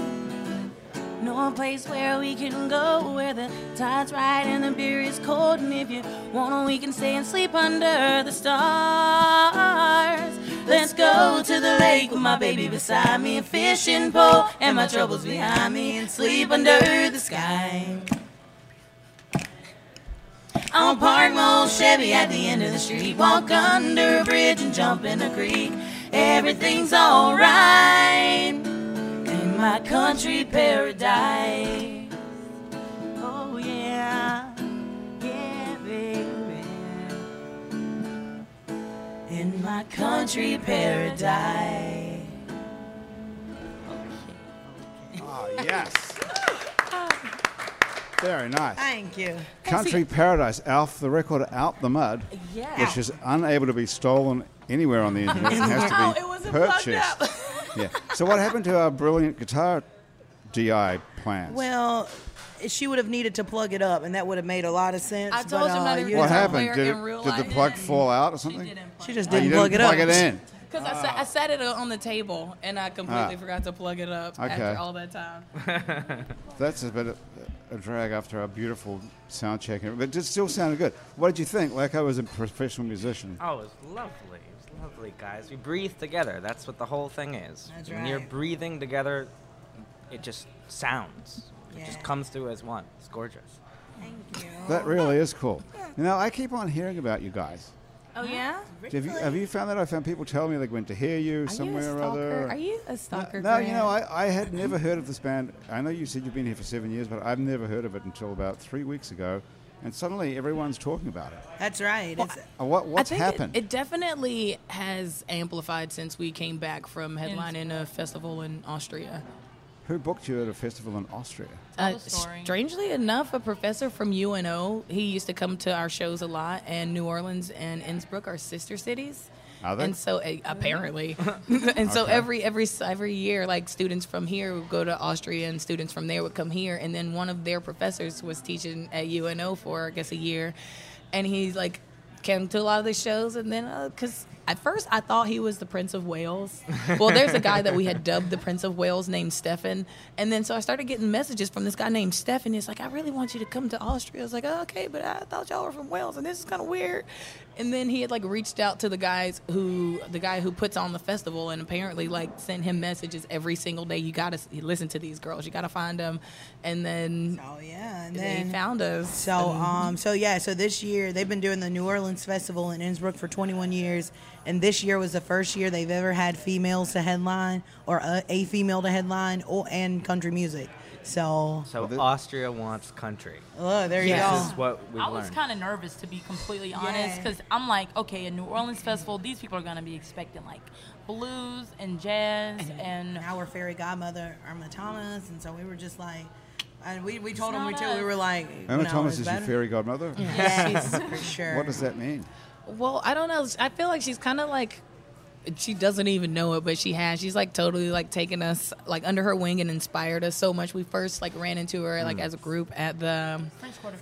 Speaker 2: No place where we can go where the tide's right and the beer is cold. And if you want, we can stay and sleep under the stars. Let's go to the lake with my baby beside me, a fishing pole, and my troubles behind me, and sleep under the sky. I'll park my old Chevy at the end of the street, walk under a bridge and jump in a creek. Everything's alright in my country paradise. Oh yeah, yeah, baby. In my country paradise.
Speaker 1: Oh, yes. Very nice.
Speaker 4: Thank you.
Speaker 1: Country Paradise, Alf, the record Out the Mud,
Speaker 9: Yeah.
Speaker 1: which is unable to be stolen anywhere on the internet. It has to be purchased. yeah. So what happened to our brilliant guitar DI plans?
Speaker 4: Well, she would have needed to plug it up, and that would have made a lot of sense.
Speaker 9: I told
Speaker 4: but,
Speaker 9: you
Speaker 4: uh,
Speaker 9: not even
Speaker 4: you
Speaker 1: what
Speaker 4: know,
Speaker 1: happened?
Speaker 9: player
Speaker 1: Did,
Speaker 9: in real
Speaker 1: it, did the
Speaker 9: life
Speaker 1: plug
Speaker 9: didn't.
Speaker 1: fall out or something?
Speaker 4: She just
Speaker 1: Oh, you
Speaker 4: didn't plug it up.
Speaker 1: plug it in.
Speaker 3: Because I, sat, I sat it on the table and I completely
Speaker 1: Ah.
Speaker 3: forgot to plug it up
Speaker 1: Okay.
Speaker 3: after all that time.
Speaker 1: That's a bit of a drag after our beautiful sound check, but it just still sounded good. What did you think? Like I was a professional musician.
Speaker 5: Oh, it was lovely. It was lovely, guys. We breathe together. That's what the whole thing is.
Speaker 4: That's
Speaker 5: when you're
Speaker 4: right.
Speaker 5: breathing together, it just sounds. It just
Speaker 4: Yeah.
Speaker 5: comes through as one. It's gorgeous.
Speaker 4: Thank you.
Speaker 3: Oh.
Speaker 1: That really is cool. You know, I keep on hearing about you guys.
Speaker 9: Oh yeah.
Speaker 1: Have you, have you found that? I found people tell me they went to hear you somewhere or other. Uh,
Speaker 3: Are you a stalker?
Speaker 1: No, you know, I, I had never heard of this band. I know you said you've been here for seven years, but I've never heard of it until about three weeks ago. And suddenly everyone's talking about it.
Speaker 4: That's right. It's,
Speaker 1: Uh, What, what's
Speaker 3: I think it-
Speaker 1: happened?
Speaker 3: It, definitely has amplified since we came back from headlining a festival in Austria.
Speaker 1: Who booked you at a festival in Austria?
Speaker 3: Uh,
Speaker 9: the story.
Speaker 3: strangely enough, a professor from UNO, he used to come to our shows a lot, and New Orleans and Innsbruck are sister cities.
Speaker 1: Are they?
Speaker 3: And so uh, apparently, and so
Speaker 1: Okay.
Speaker 3: every every s- every year, like students from here would go to Austria, and students from there would come here. And then one of their professors was teaching at UNO for I guess a year, and he like came to a lot of the shows. And then because at first I thought he was the Prince of Wales. well, there's a guy that we had dubbed the Prince of Wales named Stefan. And then so I started getting messages from this guy named Stefan. He's like, I really want you to come to Austria. I was like, oh, okay, but I thought y'all were from Wales, and this is kind of weird. And then he had like reached out to the guys who the guy who puts on the festival and apparently like sent him messages every single day. You gotta s- listen to these girls. You gotta find them. And then
Speaker 4: oh yeah, and
Speaker 3: they
Speaker 4: then
Speaker 3: found us.
Speaker 4: So um so yeah so this year they've been doing the New Orleans Festival in Innsbruck for 21 years and this year was the first year they've ever had females to headline or a, a female to headline or and country music. So
Speaker 5: So Austria wants country.
Speaker 4: oh there
Speaker 5: This
Speaker 4: you
Speaker 5: is
Speaker 4: go.
Speaker 5: what we
Speaker 9: I
Speaker 5: learned.
Speaker 9: was kind of nervous to be completely honest
Speaker 4: Yeah.
Speaker 9: because I'm like, okay, a New Orleans festival, these people are gonna be expecting like blues and jazz and
Speaker 4: Our fairy godmother Irma Thomas and so we were just like And we, we told
Speaker 2: It's
Speaker 4: him we
Speaker 2: not
Speaker 4: too. We
Speaker 2: us.
Speaker 4: were like,
Speaker 1: Emma
Speaker 4: no,
Speaker 1: Thomas
Speaker 4: it's
Speaker 1: is your
Speaker 4: better.
Speaker 1: fairy godmother.
Speaker 4: Yes, for sure.
Speaker 1: What does that mean?
Speaker 3: Well, I don't know. I feel like she's kind of like she doesn't even know it, but she has. She's like totally like taken us like under her wing and inspired us so much. We first like ran into her like as a group at the um,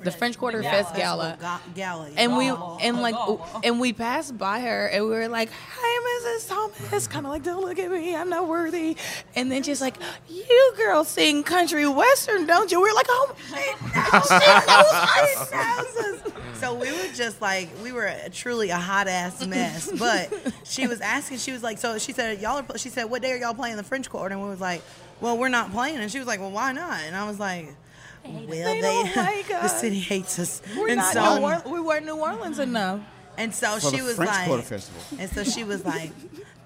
Speaker 3: the French Quarter Fest gala.
Speaker 4: Ga- gala.
Speaker 3: And we
Speaker 4: Gala.
Speaker 3: and like and we passed by her and we were like, "Hi, Mrs. Thomas," kind of like, "Don't look at me, I'm not worthy." And then she's like, "You girls sing country western, don't you?" We were like, "Oh,
Speaker 4: It sounds as- so we were just like we were truly a hot ass mess. But she was asking, she was like, so she said, y'all are. pl- She said, what day are y'all playing the French Quarter? And we was like, well, we're not playing. And she was like, well, why not? And I was like, well, they,
Speaker 3: don't like
Speaker 4: the
Speaker 3: us.
Speaker 4: city hates us.
Speaker 3: we're
Speaker 4: and
Speaker 3: not
Speaker 4: so
Speaker 3: New Orleans, we weren't New Orleans enough."
Speaker 4: and so
Speaker 1: For
Speaker 4: she
Speaker 1: the
Speaker 4: was
Speaker 1: French
Speaker 4: like,
Speaker 1: Quarter Festival.
Speaker 4: and so she was like.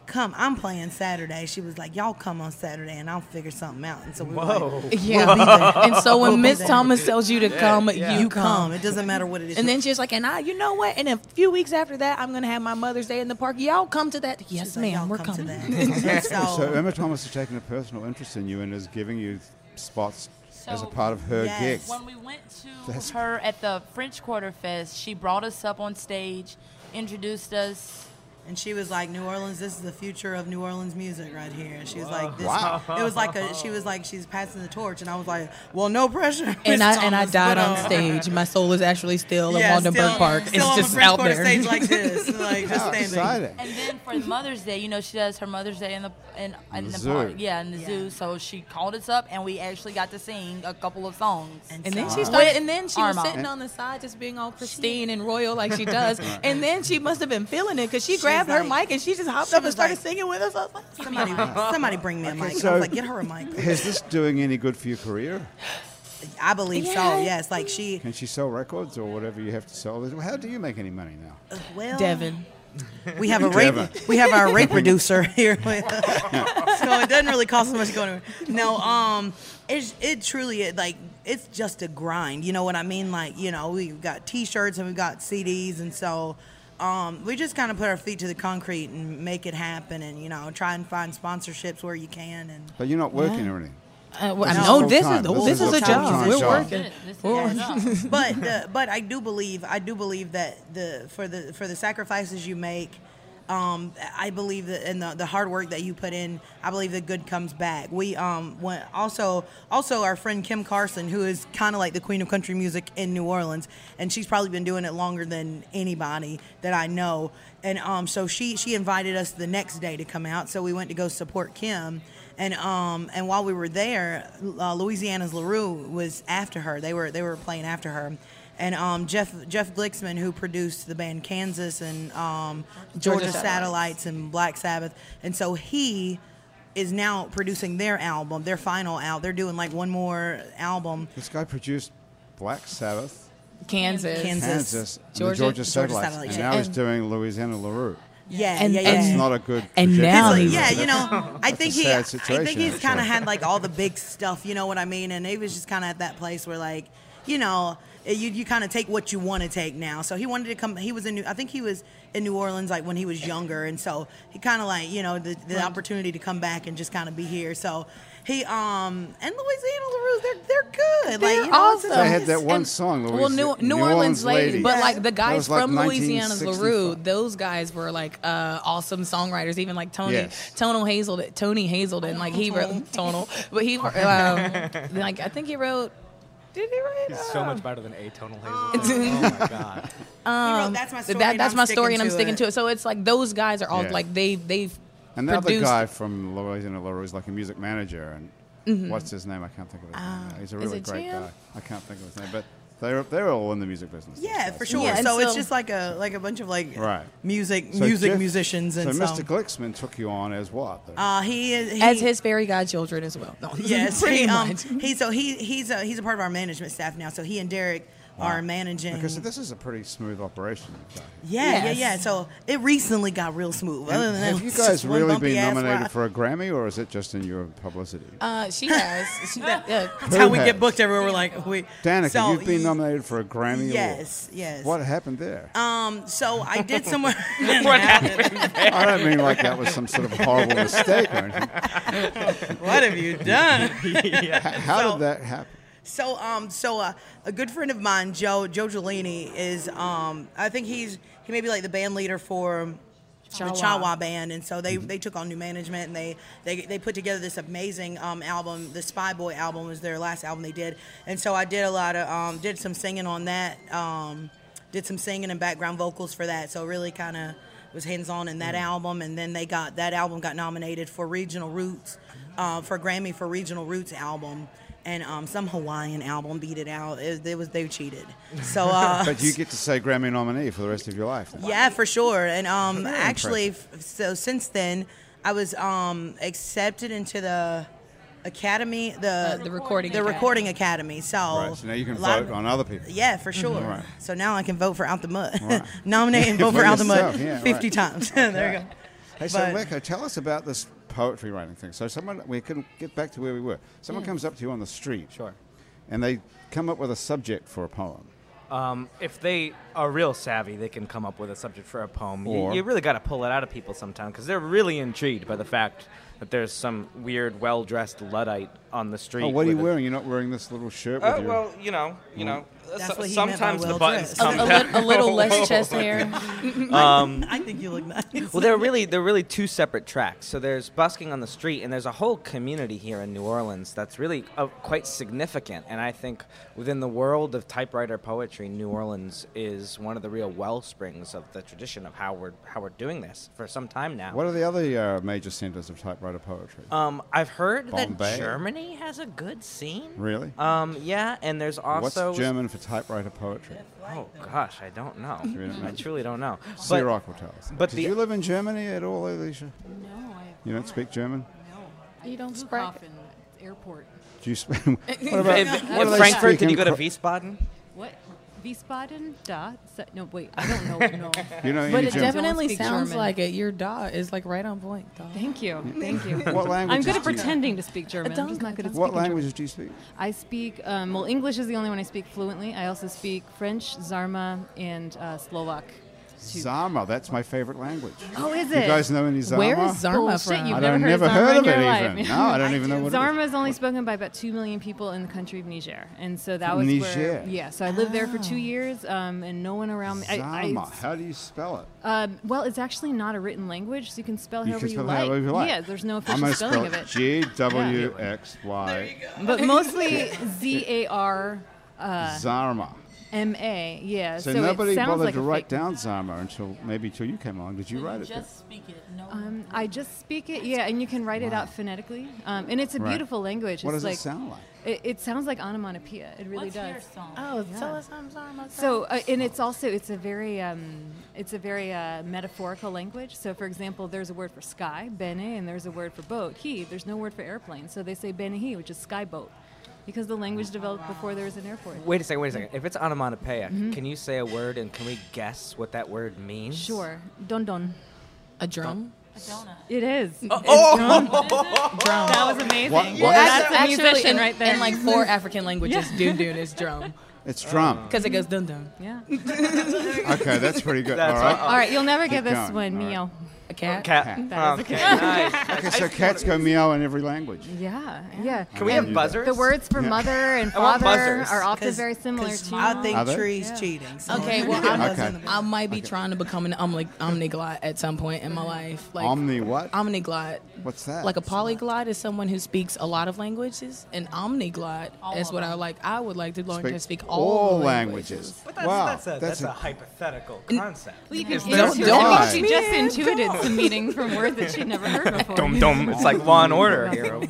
Speaker 4: Come, I'm playing Saturday. She was like, "Y'all come on Saturday, and I'll figure something out." And so we were like,
Speaker 3: Yeah.
Speaker 4: "We'll be there.
Speaker 3: And so when Miss
Speaker 4: Then-
Speaker 3: Thomas tells you to come, you
Speaker 4: you
Speaker 3: come.
Speaker 4: come. It doesn't matter what it is.
Speaker 3: And then she's like, and I, you know what? In a few weeks after that, I'm gonna have my Mother's Day in the park. Y'all come to that? Yes,
Speaker 4: She's like,
Speaker 3: ma'am.
Speaker 4: "Y'all
Speaker 3: We're
Speaker 4: come to
Speaker 3: coming.
Speaker 4: that. so,
Speaker 1: So Emma Thomas has taken a personal interest in you and is giving you spots as a
Speaker 2: So-
Speaker 1: part of her
Speaker 4: Yes.
Speaker 1: gigs.
Speaker 2: When we went to
Speaker 1: That's-
Speaker 2: her at the French Quarter Fest, she brought us up on stage, introduced us.
Speaker 4: and she was like, "New Orleans, this is the future of New Orleans music right here." And she was like, "This." It was like a. She was like, "She's passing the torch," and I was like, "Well, no pressure." Miss
Speaker 3: And I and I
Speaker 4: Thomas,
Speaker 3: died
Speaker 4: but,
Speaker 3: on
Speaker 4: uh,
Speaker 3: stage. My soul is actually still
Speaker 4: yeah,
Speaker 3: in Waldenburg
Speaker 4: still-
Speaker 3: Park.
Speaker 4: still
Speaker 3: It's
Speaker 4: on the
Speaker 3: just
Speaker 4: French
Speaker 3: out
Speaker 4: Quarter
Speaker 3: there.
Speaker 4: stage like this, like just
Speaker 1: How
Speaker 4: standing.
Speaker 1: exciting!
Speaker 2: And then for Mother's Day, you know, she does her Mother's Day in the in, in
Speaker 1: the
Speaker 2: the,
Speaker 1: zoo.
Speaker 2: park. Yeah, in the zoo. So she called us up, and we actually got to sing a couple of songs.
Speaker 3: And then
Speaker 4: so-
Speaker 3: she started, and then she was
Speaker 2: Arm out.
Speaker 3: sitting on the side, just being all pristine and royal like she does. And then she must have been feeling it because she grabbed her
Speaker 4: like-
Speaker 3: mic and she just hopped
Speaker 4: she
Speaker 3: up and
Speaker 4: was
Speaker 3: started
Speaker 4: like-
Speaker 3: singing with us. I was like,
Speaker 4: Somebody, somebody bring me a mic. I
Speaker 1: so-
Speaker 4: was like, get her a mic.
Speaker 1: Is this doing any good for your career?
Speaker 4: I believe so. Yes, like she.
Speaker 1: Can she sell records or whatever you have to sell? How do you make any money now?
Speaker 4: uh, Well,
Speaker 3: Devin,
Speaker 4: We have a rape.
Speaker 1: Devin.
Speaker 4: We have our rape reducer here, so it doesn't really cost so much to go anywhere. No, um, it's it truly it, like it's just a grind. You know what I mean? Like you know we've got T-shirts and we've got CDs, and so um, we just kind of put our feet to the concrete and make it happen, and you know try and find sponsorships where you can. And
Speaker 1: But you're not working or anything.
Speaker 3: uh, well,
Speaker 1: This is
Speaker 3: I know
Speaker 1: full
Speaker 3: this
Speaker 1: time.
Speaker 3: is
Speaker 1: This
Speaker 3: this, this
Speaker 1: is
Speaker 3: is,
Speaker 1: a
Speaker 3: a job.
Speaker 1: full-time
Speaker 3: We're
Speaker 1: job.
Speaker 3: working.
Speaker 2: This is
Speaker 3: We're-
Speaker 2: our job.
Speaker 4: but the, but I do believe I do believe that the for the for the sacrifices you make, um, I believe that and the, the hard work that you put in, I believe the good comes back. We um went also also our friend Kim Carson, who is kind of like the queen of country music in New Orleans, and she's probably been doing it longer than anybody that I know. And um, so she she invited us the next day to come out, so we went to go support Kim. And um and while we were there, uh, Louisiana's Larue was after her. They were they were playing after her, and um Jeff Jeff Glicksman, who produced the band Kansas and um, Georgia, Satellites. and Black Sabbath, and so he is now producing their album, their final album. They're doing like one more album,
Speaker 1: This guy produced Black Sabbath,
Speaker 3: Kansas.
Speaker 4: Kansas.
Speaker 1: Kansas, and
Speaker 3: Georgia-
Speaker 1: the Georgia
Speaker 4: Georgia
Speaker 1: Satellites,
Speaker 4: Satellites,
Speaker 1: and
Speaker 4: yeah.
Speaker 1: now he's
Speaker 3: And-
Speaker 1: doing Louisiana LaRue.
Speaker 4: Yeah,
Speaker 3: And-
Speaker 4: yeah, yeah.
Speaker 3: and-
Speaker 1: It's not a good.
Speaker 3: And
Speaker 1: trajectory.
Speaker 3: now
Speaker 4: It's
Speaker 3: he's-
Speaker 4: like, yeah, you know, I think
Speaker 1: a
Speaker 4: he,
Speaker 1: sad
Speaker 4: I think
Speaker 1: situation,
Speaker 4: he's kind of
Speaker 1: actually.
Speaker 4: had like all the big stuff. You know what I mean? And he was just kind of at that place where like, you know, you you kind of take what you want to take now. So he wanted to come. He was in, New, I think he was in New Orleans like when he was younger, and so he kind of like you know the, the opportunity to come back and just kind of be here. So. He um and Louisiana LaRue, they're they're good. like
Speaker 3: They're
Speaker 4: you know, it's a-
Speaker 3: awesome.
Speaker 1: They had that one song,
Speaker 3: Well,
Speaker 1: Louis-
Speaker 3: New,
Speaker 1: New
Speaker 3: New, Orleans,
Speaker 1: Orleans
Speaker 3: Lady,
Speaker 1: Lady.
Speaker 3: but
Speaker 1: Yeah.
Speaker 3: like the
Speaker 1: That
Speaker 3: guys
Speaker 1: was like
Speaker 3: from Louisiana's
Speaker 1: 1965.
Speaker 3: LaRue, those guys were like uh, awesome songwriters. Even like Tony,
Speaker 1: Yes.
Speaker 3: Tonal Hazel, Tony Hazelden, like he wrote Tonal, but he um, like I think he wrote. Did he write?
Speaker 10: He's
Speaker 3: uh,
Speaker 10: so much better than Atonal Hazel. oh my god.
Speaker 4: he wrote, that's my story.
Speaker 3: that,
Speaker 4: and
Speaker 3: that's
Speaker 4: I'm
Speaker 3: my story, and I'm sticking to
Speaker 4: it.
Speaker 3: it. So it's like those guys are all
Speaker 1: Yeah.
Speaker 3: like they they've
Speaker 1: And the
Speaker 3: produced.
Speaker 1: other guy from Louisiana LaRue is like a music manager, and
Speaker 4: Mm-hmm.
Speaker 1: what's his name? I can't think of his name.
Speaker 4: Ah,
Speaker 1: now. He's a really
Speaker 3: it
Speaker 1: great
Speaker 3: Jam?
Speaker 1: guy. I can't think of his name, but they're they're all in the music business. these
Speaker 4: Yeah,
Speaker 1: guys.
Speaker 4: for sure.
Speaker 3: Yeah, and
Speaker 4: so, it's
Speaker 3: so-
Speaker 4: just like a like a bunch of like
Speaker 1: Right.
Speaker 4: music
Speaker 1: So
Speaker 4: music
Speaker 1: Jeff-
Speaker 4: musicians and
Speaker 1: so
Speaker 4: so,
Speaker 1: Mr. Glicksman took you on as what? The-
Speaker 4: Uh, he is he,
Speaker 3: as his fairy godchildren as well. No,
Speaker 4: yes.
Speaker 3: pretty
Speaker 4: he, um,
Speaker 3: much.
Speaker 4: he so he he's a he's a part of our management staff now. So he and Derek are managing.
Speaker 1: okay, so this is a pretty smooth operation. you've got here.
Speaker 4: yeah, yeah,
Speaker 3: Yes.
Speaker 4: yeah. So it recently got real smooth. Other than that,
Speaker 1: Have you
Speaker 4: it's just
Speaker 1: guys
Speaker 4: one
Speaker 1: really
Speaker 4: bumpy
Speaker 1: been
Speaker 4: ass Um,
Speaker 1: nominated
Speaker 4: ride.
Speaker 1: for a Grammy, or is it just in your publicity?
Speaker 3: Uh, she has. She, that, yeah.
Speaker 4: That's how we
Speaker 1: has?
Speaker 4: get booked everywhere. We're like, we.
Speaker 1: Danica,
Speaker 4: so
Speaker 1: you've been
Speaker 4: y-
Speaker 1: nominated for a Grammy
Speaker 4: Yes,
Speaker 1: Award.
Speaker 4: yes.
Speaker 1: What happened there?
Speaker 4: Um, so I did some. what
Speaker 1: I don't mean like that was some sort of horrible mistake or anything.
Speaker 4: What have you done?
Speaker 1: How
Speaker 4: So-
Speaker 1: did that happen?
Speaker 4: So um so uh, a good friend of mine, Joe Joe Gelini, is um I think he's he may be like the band leader for the Chawa band, and so they, they took on new management and they they, they put together this amazing um, album. The Spy Boy album was their last album they did, and so I did a lot of um, did some singing on that, um, did some singing and background vocals for that. So really kind of was hands on in that album, and then they got that album got nominated for Regional Roots uh, for Grammy for Regional Roots album. And um, some Hawaiian album beat it out. It, it was they cheated. So, uh,
Speaker 1: But you get to say Grammy nominee for the rest of your life.
Speaker 4: yeah, for sure. And um, actually, f- so since then, I was um, accepted into the academy, the
Speaker 3: Uh, the recording
Speaker 4: the
Speaker 3: academy.
Speaker 4: recording academy. So,
Speaker 1: Right, so now you can
Speaker 4: a lot
Speaker 1: vote
Speaker 4: of-
Speaker 1: on Mm-hmm. other people.
Speaker 4: Yeah, for sure.
Speaker 1: Alright.
Speaker 4: So now I can vote for Out the Mud,
Speaker 1: Alright.
Speaker 4: nominate and vote
Speaker 1: For
Speaker 4: for Out the
Speaker 1: yourself,
Speaker 4: Mud
Speaker 1: yeah, right.
Speaker 4: fifty times. there you go.
Speaker 1: Hey, so
Speaker 4: But-
Speaker 1: Mirko, tell us about this poetry writing thing. So someone, we can get back to where we were.
Speaker 4: Hmm.
Speaker 1: Someone comes up to you on the street.
Speaker 5: Sure.
Speaker 1: And they come up with a subject for a poem.
Speaker 5: Um, if they are real savvy, they can come up with a subject for a poem. You-
Speaker 1: Or-
Speaker 5: you, really got to pull it out of people sometimes because they're really intrigued by the fact that there's some weird, well-dressed luddite on the street.
Speaker 1: Oh, what are
Speaker 5: with
Speaker 1: you
Speaker 5: a- Mm.
Speaker 1: wearing? You're not wearing this little shirt with
Speaker 5: Oh
Speaker 1: your...
Speaker 5: well, you know, you know.
Speaker 4: That's
Speaker 5: so-
Speaker 4: what he meant by
Speaker 5: sometimes the buttons
Speaker 4: well-dressed.
Speaker 3: A,
Speaker 5: come
Speaker 3: a,
Speaker 5: down.
Speaker 3: lit- a little less chest hair.
Speaker 4: I think you look nice.
Speaker 5: Well, they're really they're really two separate tracks. So there's busking on the street, and there's a whole community here in New Orleans that's really uh, quite significant. And I think within the world of typewriter poetry, New Orleans is one of the real well springs of the tradition of how we're how we're doing this for some time now.
Speaker 1: What are the other uh, major centres of typewriter poetry?
Speaker 5: Um, I've heard
Speaker 1: Bombay?
Speaker 5: that Germany has a good scene.
Speaker 1: Really?
Speaker 5: Um, yeah, and there's
Speaker 1: What's
Speaker 5: also
Speaker 1: German for typewriter poetry?
Speaker 5: Oh gosh, I don't know.
Speaker 1: you don't
Speaker 5: I
Speaker 1: know?
Speaker 5: truly don't know. But-
Speaker 1: Ciroc will tell us.
Speaker 5: but
Speaker 1: Did
Speaker 5: the-
Speaker 1: you live in Germany at all, Alicia?
Speaker 6: No, I.
Speaker 1: You don't speak German?
Speaker 6: No. You don't speak. Airport.
Speaker 1: Do you speak... what about... what
Speaker 5: In- in
Speaker 1: do they
Speaker 5: Frankfurt,
Speaker 1: speak
Speaker 5: did
Speaker 1: in
Speaker 5: you go to
Speaker 1: Cro-
Speaker 5: Wiesbaden?
Speaker 6: What? Wiesbaden? Da? Se- no, wait. I don't know. No.
Speaker 1: You know
Speaker 3: But
Speaker 1: any
Speaker 3: it
Speaker 1: German?
Speaker 3: definitely
Speaker 6: speak
Speaker 3: sounds
Speaker 6: German.
Speaker 3: like it. Your dot is like right on point. Dog.
Speaker 6: Thank you. Thank you.
Speaker 1: What
Speaker 6: I'm
Speaker 1: languages
Speaker 6: good at
Speaker 1: do you-
Speaker 6: pretending to speak German. I'm just not good at speaking
Speaker 1: What
Speaker 6: German.
Speaker 1: languages do you speak?
Speaker 6: I speak, um, well, English is the only one I speak fluently. I also speak French, Zarma, and uh, Slovak. too.
Speaker 1: Zama. That's my favorite language.
Speaker 6: oh, is
Speaker 1: You
Speaker 6: it?
Speaker 1: guys know any Zama?
Speaker 3: Where is Zarma
Speaker 6: Bullshit,
Speaker 3: from?
Speaker 6: you've
Speaker 1: I
Speaker 6: never
Speaker 1: don't
Speaker 6: heard
Speaker 1: never
Speaker 6: Zarma
Speaker 1: heard of
Speaker 6: in your
Speaker 1: it
Speaker 6: life.
Speaker 1: even. No, I don't even know what it is.
Speaker 6: Zarma is only spoken by about 2 million people in the country of Niger. And so that was
Speaker 1: Niger.
Speaker 6: where. Yeah, so I lived there for two years, um, and no one around me. I,
Speaker 1: Zama.
Speaker 6: I,
Speaker 1: How do you spell it?
Speaker 6: um, well, it's actually not a written language, so you can spell
Speaker 1: you
Speaker 6: however
Speaker 1: can spell
Speaker 6: you
Speaker 1: it however you like.
Speaker 6: Yeah, there's no
Speaker 1: I'm
Speaker 6: official
Speaker 1: gonna
Speaker 6: spelling
Speaker 1: spell
Speaker 6: of it.
Speaker 1: G W X Y
Speaker 6: but mostly Z A R
Speaker 1: Zarma.
Speaker 6: M A. Yeah.
Speaker 1: So,
Speaker 6: So,
Speaker 1: nobody
Speaker 6: it sounds
Speaker 1: bothered
Speaker 6: like
Speaker 1: to
Speaker 6: a
Speaker 1: write
Speaker 6: fake-
Speaker 1: down Zarma until maybe till you came along. Did you write it? then?
Speaker 2: Just speak it. No.
Speaker 6: Um, I just speak it, yeah, and you can write it out phonetically, um, and it's a
Speaker 1: Right.
Speaker 6: beautiful language.
Speaker 1: What does
Speaker 6: it's like,
Speaker 1: it sound like?
Speaker 6: It, it sounds like onomatopoeia. It really
Speaker 2: What's
Speaker 6: does.
Speaker 2: your song?
Speaker 3: Oh, tell us I'm Zarma.
Speaker 6: So, uh, and it's also it's a very um, it's a very uh, metaphorical language. So, for example, there's a word for sky, bene, and there's a word for boat, he. There's no word for airplane, so they say benehi, which is sky boat, because the language developed before there was an airport.
Speaker 5: Wait a second, wait a
Speaker 6: Mm.
Speaker 5: second. If it's onomatopoeia,
Speaker 6: Mm-hmm.
Speaker 5: can you say a word and can we guess what that word means?
Speaker 6: Sure, don don.
Speaker 3: a drum.
Speaker 2: A donut.
Speaker 6: It is. Oh, that was amazing.
Speaker 1: What- what is-
Speaker 6: That's a musician
Speaker 3: in,
Speaker 6: right there.
Speaker 3: in like four African languages, dun dun is drum
Speaker 1: It's drum.
Speaker 3: because it goes dun dun.
Speaker 6: yeah.
Speaker 1: okay, that's pretty good.
Speaker 5: That's
Speaker 1: All right.
Speaker 6: All right, you'll never
Speaker 1: Keep
Speaker 6: get this
Speaker 1: going.
Speaker 6: one,
Speaker 1: All right.
Speaker 6: meow.
Speaker 3: A cat.
Speaker 5: Cat.
Speaker 6: That is
Speaker 5: Oh, okay, nice.
Speaker 1: Okay, so cats go meow in every language.
Speaker 6: Yeah, yeah.
Speaker 5: Can we
Speaker 1: I
Speaker 5: have
Speaker 1: knew that.
Speaker 5: buzzers?
Speaker 6: The words for mother and
Speaker 5: I want
Speaker 6: father
Speaker 5: buzzers.
Speaker 6: are often
Speaker 4: 'Cause-
Speaker 6: very similar
Speaker 4: 'cause
Speaker 6: too.
Speaker 4: I think
Speaker 1: Are they?
Speaker 4: trees cheating. so-
Speaker 3: Okay, well I'm,
Speaker 1: Okay.
Speaker 3: I might be trying to become an omni- omniglot at some point in my life. Like
Speaker 1: Omni what?
Speaker 3: omniglot.
Speaker 1: What's that?
Speaker 3: Like a polyglot is someone who speaks a lot of languages, and omniglot is what I like. I would like to learn to speak all, the
Speaker 1: languages.
Speaker 3: languages.
Speaker 7: But that's,
Speaker 1: wow,
Speaker 7: that's, a, that's, a,
Speaker 1: a
Speaker 7: hypothetical concept.
Speaker 6: You could
Speaker 3: Don't-
Speaker 6: intuit-
Speaker 3: don't
Speaker 6: I
Speaker 1: lie.
Speaker 6: think she just intuited some meanings from words that she'd never heard before.
Speaker 5: Dum dum. It's like Law and Order here.
Speaker 6: Drum,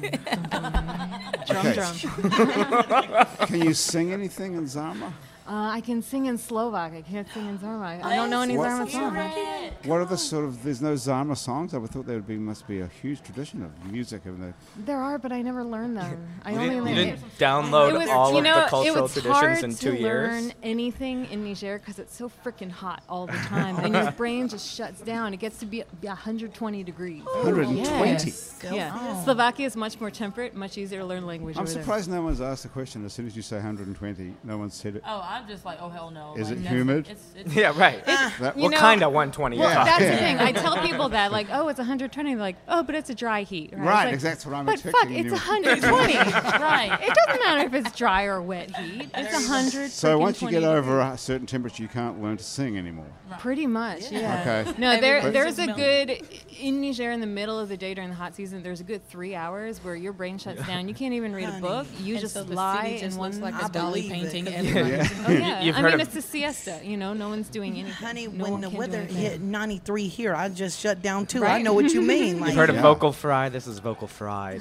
Speaker 1: Okay.
Speaker 6: drum.
Speaker 1: Can you sing anything in Zama?
Speaker 6: Uh, I can sing in Slovak. I can't sing in Zarma. I don't know any
Speaker 1: What?
Speaker 6: Zarma songs.
Speaker 1: What are the sort of? There's no Zama songs. I would thought there would be must be a huge tradition of music in the
Speaker 6: There are, but I never learned them. I only
Speaker 5: You
Speaker 6: learned.
Speaker 5: didn't download
Speaker 6: It was,
Speaker 5: all
Speaker 6: you
Speaker 5: of
Speaker 6: know,
Speaker 5: the
Speaker 6: it
Speaker 5: cultural
Speaker 6: was
Speaker 5: traditions
Speaker 6: hard
Speaker 5: in two
Speaker 6: to
Speaker 5: years.
Speaker 6: learn anything in Niger because it's so freaking hot all the time, and your brain just shuts down. It gets to be 120 degrees.
Speaker 1: 120.
Speaker 3: Yes.
Speaker 6: Yeah, Slovakia is much more temperate, much easier to learn language.
Speaker 1: I'm
Speaker 6: over there. Ah,
Speaker 1: surprised no one's asked the question. As soon as you say 120, no one said it.
Speaker 2: Oh, I I'm just like, oh hell no.
Speaker 1: Is
Speaker 2: Like,
Speaker 1: it
Speaker 2: that's-
Speaker 1: humid?
Speaker 2: It's, it's,
Speaker 5: Yeah, right.
Speaker 1: That-
Speaker 6: you
Speaker 5: what
Speaker 6: know-
Speaker 5: kind of 120
Speaker 1: Well,
Speaker 5: are talking?
Speaker 6: That's
Speaker 1: Yeah.
Speaker 6: the thing. I tell people that, like, oh, it's 120. They're like, oh, but it's a dry heat. Right, It's
Speaker 1: Right,
Speaker 6: like,
Speaker 1: ex- that's what I'm
Speaker 6: but
Speaker 1: expecting
Speaker 6: But
Speaker 1: you-
Speaker 6: fuck, it's 120.
Speaker 2: right.
Speaker 6: it doesn't matter if it's dry or wet heat. It's 100.
Speaker 1: So
Speaker 6: freaking
Speaker 1: once you
Speaker 6: 20
Speaker 1: get over a certain temperature, you can't learn to sing anymore.
Speaker 6: Pretty much, yeah.
Speaker 1: Okay.
Speaker 6: No, there,
Speaker 1: But-
Speaker 6: there's a good in Niger in the middle of the day during the hot season. There's a good three hours where your brain shuts down. You can't even read a
Speaker 4: Honey.
Speaker 6: book. You
Speaker 3: And
Speaker 6: just
Speaker 3: so the
Speaker 6: lie
Speaker 3: city
Speaker 6: in
Speaker 3: just
Speaker 6: one.
Speaker 3: looks like
Speaker 4: I
Speaker 3: a Dolly
Speaker 4: believe it,
Speaker 3: painting.
Speaker 4: 'cause-
Speaker 3: Everyone
Speaker 1: Yeah.
Speaker 3: just-
Speaker 6: oh, yeah.
Speaker 5: You've
Speaker 6: I
Speaker 5: heard
Speaker 6: mean,
Speaker 5: of-
Speaker 6: it's a siesta. You know, no one's doing anything.
Speaker 4: Honey,
Speaker 6: No
Speaker 4: when
Speaker 6: one
Speaker 4: the
Speaker 6: can do
Speaker 4: weather
Speaker 6: anything.
Speaker 4: hit 93 here, I just shut down too. I
Speaker 6: Right.
Speaker 4: know what you mean. Like,
Speaker 7: You've heard of
Speaker 1: Yeah.
Speaker 7: vocal fry? This is vocal fry.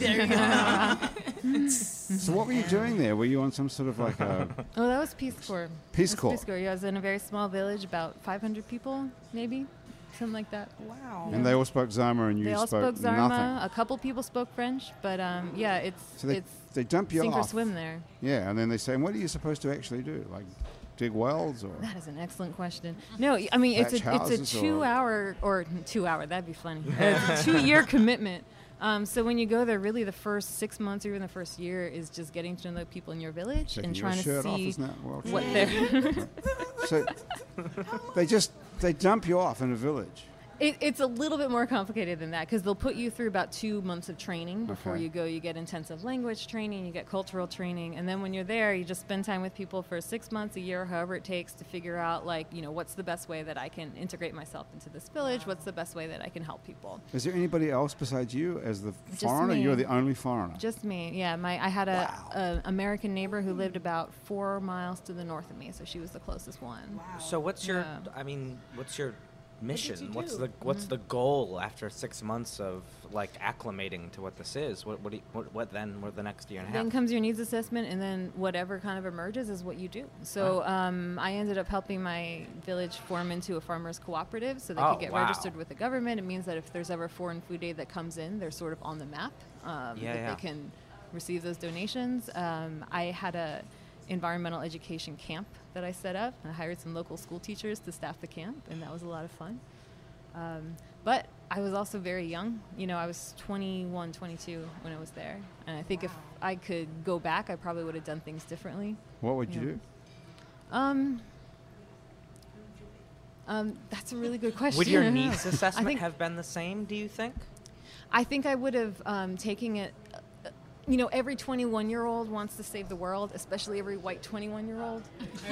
Speaker 1: So what were you doing there? Were you on some sort of like a
Speaker 6: Oh, that was Peace Corps.
Speaker 1: Peace
Speaker 6: That's
Speaker 1: Corps.
Speaker 6: Peace Corps. Yeah, I was in a very small village, about 500 people, maybe, something like that.
Speaker 4: wow.
Speaker 1: and they all spoke Zama and you
Speaker 6: they all spoke,
Speaker 1: spoke,
Speaker 6: Zarma.
Speaker 1: nothing.
Speaker 6: A couple people spoke French, but um, yeah, it's
Speaker 1: So they,
Speaker 6: it's
Speaker 1: they dump you
Speaker 6: sink
Speaker 1: off.
Speaker 6: or swim there.
Speaker 1: Yeah, and then they say, "What are you supposed to actually do? Like dig wells or?"
Speaker 6: That is an excellent question. No, y- I mean
Speaker 1: Thatch
Speaker 6: it's a it's
Speaker 1: houses
Speaker 6: a
Speaker 1: or-
Speaker 6: two hour or two hour that'd be funny. Uh, two year commitment. Um, so when you go there, really the first six months or even the first year is just getting to know the people in your village
Speaker 1: Taking
Speaker 6: and
Speaker 1: your
Speaker 6: trying to
Speaker 1: shirt
Speaker 6: see
Speaker 1: off, isn't that well?
Speaker 6: what they're.
Speaker 1: So they just they dump you off in a village.
Speaker 6: It, it's a little bit more complicated than that because they'll put you through about two months of training before
Speaker 1: Okay.
Speaker 6: you go. You get intensive language training, you get cultural training, and then when you're there, you just spend time with people for six months, a year, however it takes to figure out, like, you know, what's the best way that I can integrate myself into this village? What's the best way that I can help people?
Speaker 1: Is there anybody else besides you as the
Speaker 6: Just
Speaker 1: foreigner?
Speaker 6: me.
Speaker 1: You're the only foreigner.
Speaker 6: Just me, yeah. My I had a, a American neighbor who lived about four miles to the north of me, so she was the closest one.
Speaker 7: So what's your?
Speaker 5: Um,
Speaker 6: Yeah.
Speaker 7: I mean, what's your mission? what's the What's
Speaker 5: Mm-hmm.
Speaker 7: the goal after six months of like acclimating to what this is? What What, do you, what, what then? What the next year and a half?
Speaker 6: Then comes your needs assessment, and then whatever kind of emerges is what you do. So um, I ended up helping my village form into a farmers cooperative, so they
Speaker 7: Oh,
Speaker 6: could get
Speaker 7: wow.
Speaker 6: registered with the government. It means that if there's ever foreign food aid that comes in, they're sort of on the map. Um,
Speaker 7: Yeah,
Speaker 6: that
Speaker 7: yeah.
Speaker 6: They can receive those donations. Um, I had a environmental education camp that I set up. I hired some local school teachers to staff the camp, and that was a lot of fun. Um, but I was also very young. You know, I was 21, 22 when I was there. And I think if I could go back, I probably would have done things differently.
Speaker 1: What would you
Speaker 6: Yeah.
Speaker 1: do?
Speaker 6: Um, um, that's a really good question.
Speaker 7: Would your
Speaker 6: I don't know.
Speaker 7: needs assessment
Speaker 6: I think,
Speaker 7: have been the same? Do you think?
Speaker 6: I think I would have um, taken it. uh, uh, You know, every 21 year old wants to save the world, especially every white 21 year old.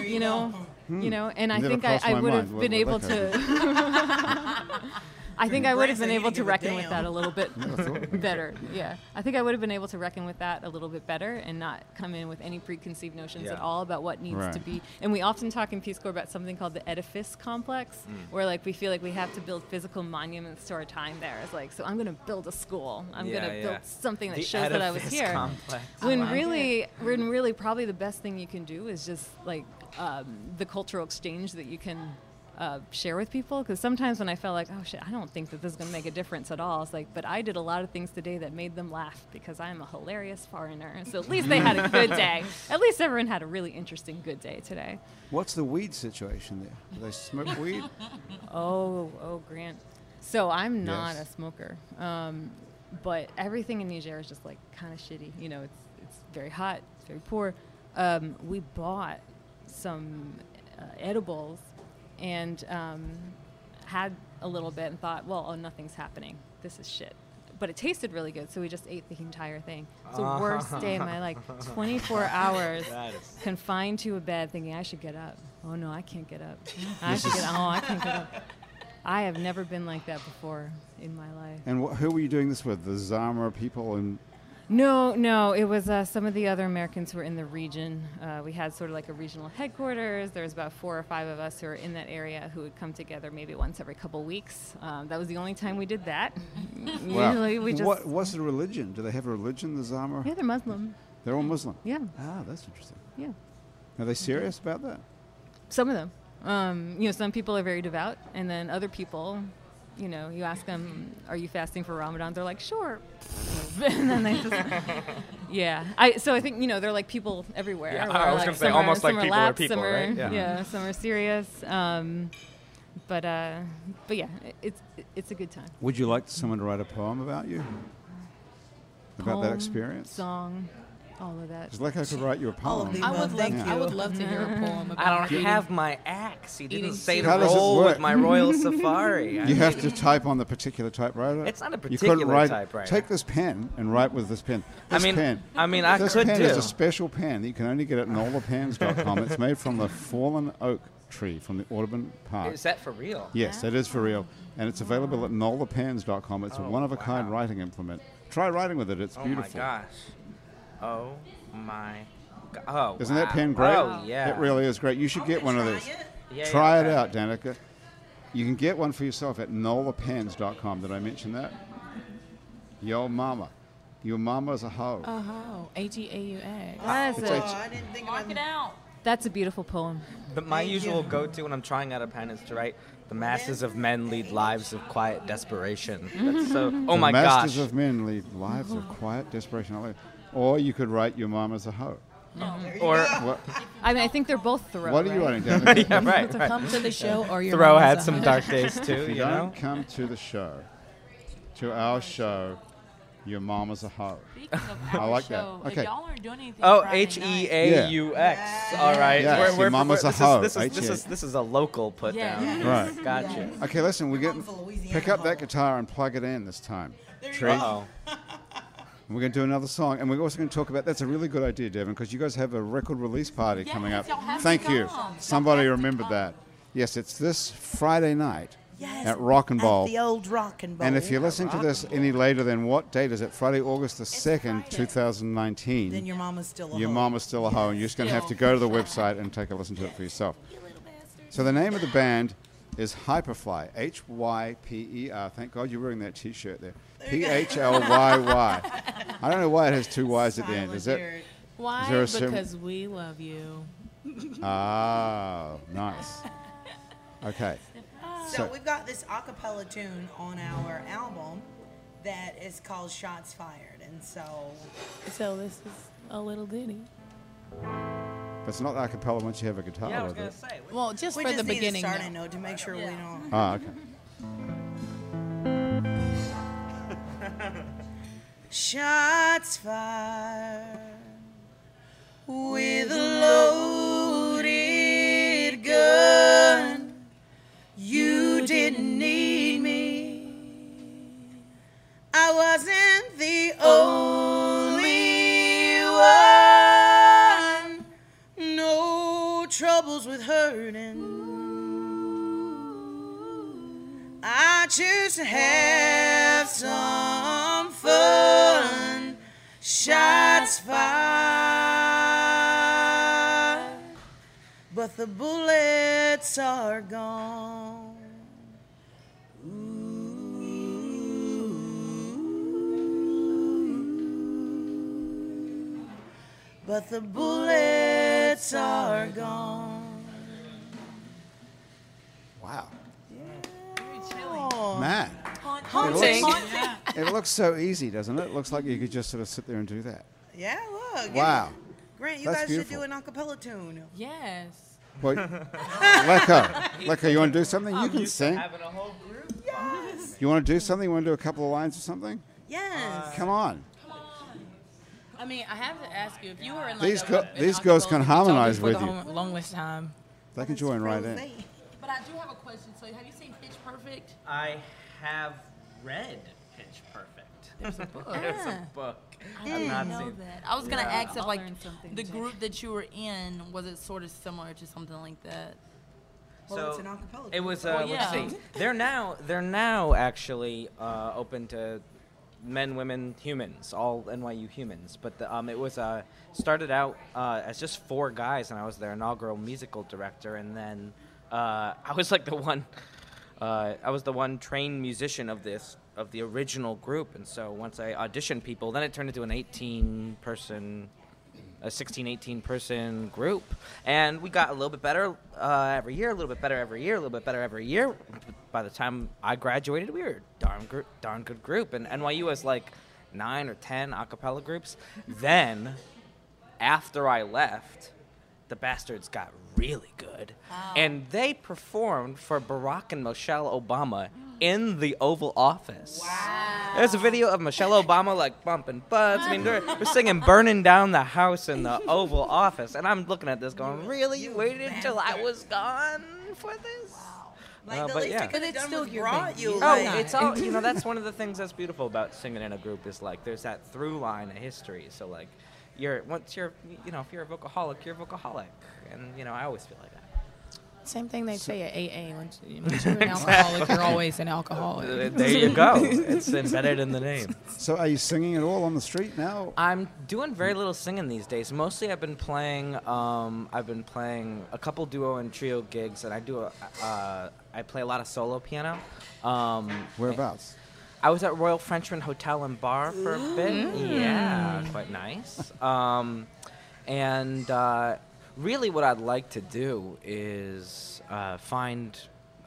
Speaker 6: You, know, you
Speaker 1: Hmm.
Speaker 6: know, and I
Speaker 1: Never
Speaker 6: think I,
Speaker 1: crossed
Speaker 6: I
Speaker 1: my
Speaker 6: would have
Speaker 1: mind.
Speaker 6: been
Speaker 1: What- what
Speaker 6: able
Speaker 1: that
Speaker 6: to. I think I would have been
Speaker 4: Brazen, you
Speaker 6: able
Speaker 4: didn't
Speaker 6: to
Speaker 4: give a
Speaker 6: reckon with
Speaker 4: damn.
Speaker 6: that a little bit
Speaker 1: I thought about that.
Speaker 6: better. Yeah, I think I would have been able to reckon with that a little bit better and not come in with any preconceived notions at
Speaker 7: Yeah.
Speaker 6: all about what needs to
Speaker 1: Right.
Speaker 6: be. And we often talk in Peace Corps about something called the edifice complex,
Speaker 7: Mm.
Speaker 6: where like we feel like we have to build physical monuments to our time there. It's like, so I'm going to build a school. I'm
Speaker 7: Yeah,
Speaker 6: going to
Speaker 7: yeah.
Speaker 6: build something that
Speaker 7: The
Speaker 6: shows that I was
Speaker 7: edifice
Speaker 6: here.
Speaker 7: complex.
Speaker 5: Oh,
Speaker 6: When really, when really, probably the best thing you can do is just like um, the cultural exchange that you can uh, share with people. Because sometimes when I felt like, oh shit, I don't think that this is going to make a difference at all. It's like, but I did a lot of things today that made them laugh because I'm a hilarious foreigner. So at least they had a good day. At least everyone had a really interesting good day today.
Speaker 1: What's the weed situation there? Do they smoke weed?
Speaker 6: Oh, oh, Grant. So I'm not
Speaker 1: Yes.
Speaker 6: a smoker, um, but everything in Niger is just like kind of shitty. You know, it's it's very hot, it's very poor. Um, we bought some uh, edibles and um, had a little bit and thought, well, oh, nothing's happening. This is shit. But it tasted really good, so we just ate the entire thing. It's the worst day of my like 24 hours confined to a bed, thinking I should get up. Oh no, I can't get up. I should get. Oh, I can't get up. I have never been like that before in my life.
Speaker 1: And wh- who were you doing this with? The Zama people and
Speaker 6: No, no, it was uh, some of the other Americans who were in the region. Uh, we had sort of like a regional headquarters. There was about four or five of us who were in that area who would come together maybe once every couple weeks. Um, that was the only time we did that. Usually we just
Speaker 1: what, what's the religion? Do they have a religion? The Zama?
Speaker 6: yeah, they're Muslim.
Speaker 1: They're all Muslim.
Speaker 6: Yeah,
Speaker 1: Ah, that's interesting.
Speaker 6: yeah.
Speaker 1: Are they serious about that?
Speaker 6: Some of them. Um, you know, some people are very devout, and then other people, you know, you ask them, "Are you fasting for Ramadan?" They're like, "Sure," and then they just, yeah. I so I think you know they're like people everywhere.
Speaker 7: Yeah,
Speaker 6: Where,
Speaker 7: I was gonna say,
Speaker 6: some
Speaker 7: almost like
Speaker 6: some
Speaker 7: people are
Speaker 6: lax,
Speaker 7: people,
Speaker 6: some are,
Speaker 7: right? Yeah.
Speaker 6: Yeah. some are serious. Um, but uh, but yeah, it- it's it's a good time.
Speaker 1: Would you like someone to write a poem about you? About that
Speaker 6: Poem,
Speaker 1: experience?
Speaker 6: song. all of that.
Speaker 1: Because Lecco could write you a
Speaker 4: All of
Speaker 1: poem.
Speaker 4: the
Speaker 3: I would
Speaker 4: Well,
Speaker 3: like.
Speaker 4: thank
Speaker 3: I would
Speaker 4: you.
Speaker 3: love to hear a poem about.
Speaker 5: I don't
Speaker 3: you.
Speaker 5: have my axe. He didn't
Speaker 3: Eating
Speaker 5: say
Speaker 3: shit.
Speaker 5: to
Speaker 1: How does it
Speaker 5: roll with
Speaker 1: work?
Speaker 5: my royal safari. I
Speaker 1: You
Speaker 5: mean,
Speaker 1: have to type on the particular typewriter.
Speaker 5: It's not a
Speaker 1: you couldn't
Speaker 5: particular
Speaker 1: write,
Speaker 5: typewriter.
Speaker 1: Take this pen and write with this pen.
Speaker 5: I
Speaker 1: This
Speaker 5: mean-
Speaker 1: pen.
Speaker 5: I mean, I
Speaker 1: this
Speaker 5: could
Speaker 1: pen is
Speaker 5: do.
Speaker 1: a special pen that you can only get at nolapens.com. it's made from the fallen oak tree from the Audubon Park.
Speaker 5: is that for real?
Speaker 1: Yes, that is for real. And it's available at nolapens.com. It's a one of a kind
Speaker 5: Oh, wow.
Speaker 1: writing implement. Try writing with it, it's
Speaker 5: Oh
Speaker 1: beautiful.
Speaker 5: my gosh. Oh my. go- Oh.
Speaker 1: Isn't that
Speaker 5: wow.
Speaker 1: pen great?
Speaker 5: Oh yeah.
Speaker 1: It really is great. You should get one of these.
Speaker 5: Yeah,
Speaker 1: Try
Speaker 5: yeah,
Speaker 1: it
Speaker 5: okay.
Speaker 1: out, Danica. You can get one for yourself at nolapens.com. Did I mention that? Yo mama. Your mama's a hoe.
Speaker 3: Oh, A G A U X.
Speaker 6: That's,
Speaker 1: It's
Speaker 6: a,
Speaker 1: like-
Speaker 4: I didn't think
Speaker 2: Mark it out.
Speaker 6: that's a beautiful poem.
Speaker 5: But my
Speaker 4: Thank
Speaker 5: usual
Speaker 4: you.
Speaker 5: go-to when I'm trying out a pen is to write, "The masses of men lead lives of quiet desperation." That's so. Oh
Speaker 1: the
Speaker 5: my
Speaker 1: masters
Speaker 5: gosh.
Speaker 1: of men lead lives of quiet desperation. I like- Or you could write your mama's a hoe.
Speaker 5: Or
Speaker 1: What,
Speaker 6: I mean, I think they're both thorough.
Speaker 1: what are you
Speaker 6: right?
Speaker 1: writing, Danica?
Speaker 5: yeah, right,
Speaker 3: To
Speaker 5: right.
Speaker 3: come to the show or your
Speaker 5: Thoreau
Speaker 3: mama's
Speaker 5: had
Speaker 3: a
Speaker 5: some
Speaker 3: hoe.
Speaker 5: dark days too,
Speaker 1: If you
Speaker 5: you know.
Speaker 1: don't come to the show, to our show, your mama's a hoe.
Speaker 2: Speaking of
Speaker 1: I
Speaker 2: our
Speaker 1: like that.
Speaker 2: show,
Speaker 1: Okay.
Speaker 2: if y'all aren't doing anything,
Speaker 5: Oh,
Speaker 2: Friday
Speaker 5: H E
Speaker 2: night-
Speaker 5: A U X. All right.
Speaker 1: Yeah, see, Mama's a
Speaker 5: this,
Speaker 1: hoe,
Speaker 5: is, this, is, this
Speaker 1: H-E-A.
Speaker 5: is this is a local put
Speaker 2: Yeah.
Speaker 5: down.
Speaker 1: Right.
Speaker 5: Gotcha.
Speaker 1: Okay, listen, we're getting.
Speaker 4: from Louisiana,
Speaker 1: Pick up that
Speaker 4: hoe.
Speaker 1: guitar and plug it in this time. Treat.
Speaker 5: Uh-oh.
Speaker 1: And We're going to do another song, and we're also going to talk about. That's a really good idea, Devin, because you guys have a record release party
Speaker 2: Yes,
Speaker 1: coming up.
Speaker 2: y'all have to
Speaker 1: Thank you.
Speaker 2: come.
Speaker 1: Somebody
Speaker 2: Y'all have to
Speaker 1: remembered
Speaker 2: come.
Speaker 1: that. Yes, it's this Friday night
Speaker 4: Yes,
Speaker 1: at Rock and Ball.
Speaker 4: At the old Rock and Bowl.
Speaker 1: and if you're listening to this any later than what date is it? Friday, August the second,
Speaker 2: Friday.
Speaker 1: two thousand nineteen.
Speaker 4: then your mama's still a
Speaker 1: Your
Speaker 4: hoe.
Speaker 1: mom is still a hoe, and you're just going to have to go to the website and take a listen to it for yourself. So the name of the band is Hyperfly. H Y P E R. Thank God you're wearing that T-shirt there. P H L Y Y. I don't know why it has two Y's at the end. Is it?
Speaker 4: Silent
Speaker 3: Why?
Speaker 1: there a certain-
Speaker 3: because we love you.
Speaker 1: Ah, nice. Okay.
Speaker 4: period.
Speaker 1: So-
Speaker 4: So we've got this acapella tune on our album that is called Shots Fired, and so
Speaker 3: So this is a little ditty.
Speaker 1: But it's not a cappella once you have a guitar
Speaker 5: Yeah, I was
Speaker 1: with
Speaker 5: gonna
Speaker 1: it.
Speaker 5: say.
Speaker 3: Well, just
Speaker 4: we
Speaker 3: for
Speaker 4: just
Speaker 3: the
Speaker 4: need
Speaker 3: beginning.
Speaker 4: a
Speaker 3: though.
Speaker 4: starting note to make sure we don't.
Speaker 1: Ah, okay.
Speaker 4: Shots fired with a loaded gun. You didn't need me. I wasn't the only one. No troubles with hurting. I choose to have some fun. Shots fired, but the bullets are gone. Ooh. But the bullets are gone.
Speaker 1: Wow.
Speaker 4: Oh.
Speaker 1: Man,
Speaker 4: Haunting.
Speaker 1: it looks so easy, doesn't it? It looks like you could just sort of sit there and do that.
Speaker 4: Yeah, look.
Speaker 1: Wow.
Speaker 4: Grant, you
Speaker 1: That's
Speaker 4: guys
Speaker 1: beautiful.
Speaker 4: should do an acapella tune.
Speaker 3: Yes.
Speaker 1: Well, Lecco, Lecco, you want to do something? You can sing.
Speaker 5: Having a whole group.
Speaker 1: You want to do something? You want to do a couple of lines or something?
Speaker 4: Yes.
Speaker 1: Come on.
Speaker 3: I mean, I have to ask you if you were in like
Speaker 1: These
Speaker 3: a,
Speaker 1: go-
Speaker 3: an
Speaker 1: these girls
Speaker 3: acapella
Speaker 1: can
Speaker 3: group,
Speaker 1: harmonize
Speaker 3: talking for
Speaker 1: with
Speaker 3: the
Speaker 1: you.
Speaker 3: hom- longest time.
Speaker 1: They can join right in.
Speaker 4: Rosé.
Speaker 2: But I do have a question. So, have you seen Pitch Perfect?
Speaker 5: I have read Pitch Perfect. There's a book. There's a book. I've
Speaker 2: Ah. I
Speaker 5: not
Speaker 2: know
Speaker 5: seen.
Speaker 2: that. I was gonna ask if
Speaker 6: I'll
Speaker 2: like
Speaker 6: learn something
Speaker 2: the
Speaker 6: today.
Speaker 2: group that you were in was it sort of similar to something like that.
Speaker 4: Well,
Speaker 5: so
Speaker 4: it's an acapella
Speaker 5: It
Speaker 4: group.
Speaker 5: was. Uh,
Speaker 2: Well, yeah.
Speaker 5: Let's see. They're now. They're now actually uh, open to men, women, humans, all NYU humans. But the, um, it was uh, started out uh, as just four guys, and I was their inaugural musical director, and then uh, I was like the one. Uh, I was the one trained musician of this of the original group, and so once I auditioned people, then it turned into an 18 person a 16, 18 person group. And we got a little bit better uh, every year, a little bit better every year, a little bit better every year. By the time I graduated, we were a darn, gr- darn good group. And NYU was like nine or 10 a cappella groups. then, after I left, the bastards got really good.
Speaker 11: Oh.
Speaker 5: And they performed for Barack and Michelle Obama in the Oval Office. Wow.
Speaker 11: There's a video of Michelle Obama like bumping butts. I mean, they're, they're singing "Burning Down the House" in the Oval Office, and I'm looking at this going, "Really? You waited until I was gone for this?"
Speaker 4: Like
Speaker 11: Uh,
Speaker 4: the
Speaker 11: but
Speaker 4: least
Speaker 11: yeah.
Speaker 4: I could
Speaker 3: But
Speaker 4: have
Speaker 3: it's
Speaker 4: done
Speaker 3: still
Speaker 4: was
Speaker 3: your
Speaker 4: brought
Speaker 3: thing.
Speaker 4: you.
Speaker 3: You-
Speaker 11: Oh,
Speaker 4: like-
Speaker 11: it's all you know. That's one of the things that's beautiful about singing in a group is like there's that through line of history. So like, you're once you're you know if you're a vocaholic, you're a vocaholic, and you know I always feel like that.
Speaker 3: Same thing they say at AA. Once, you- once you're an alcoholic, you're always an
Speaker 11: Uh,
Speaker 3: alcoholic.
Speaker 11: There you go. It's embedded in the name.
Speaker 1: So are you singing at all on the street now?
Speaker 5: I'm doing very little singing these days. Mostly, I've been playing. Um, I've been playing a couple duo and trio gigs, and I do. A, uh, I play a lot of solo piano. Um,
Speaker 1: Whereabouts?
Speaker 5: I was at Royal Frenchman Hotel and Bar for a bit.
Speaker 3: Mm.
Speaker 5: Yeah, quite nice. Um, and uh, really, what I'd like to do is uh, find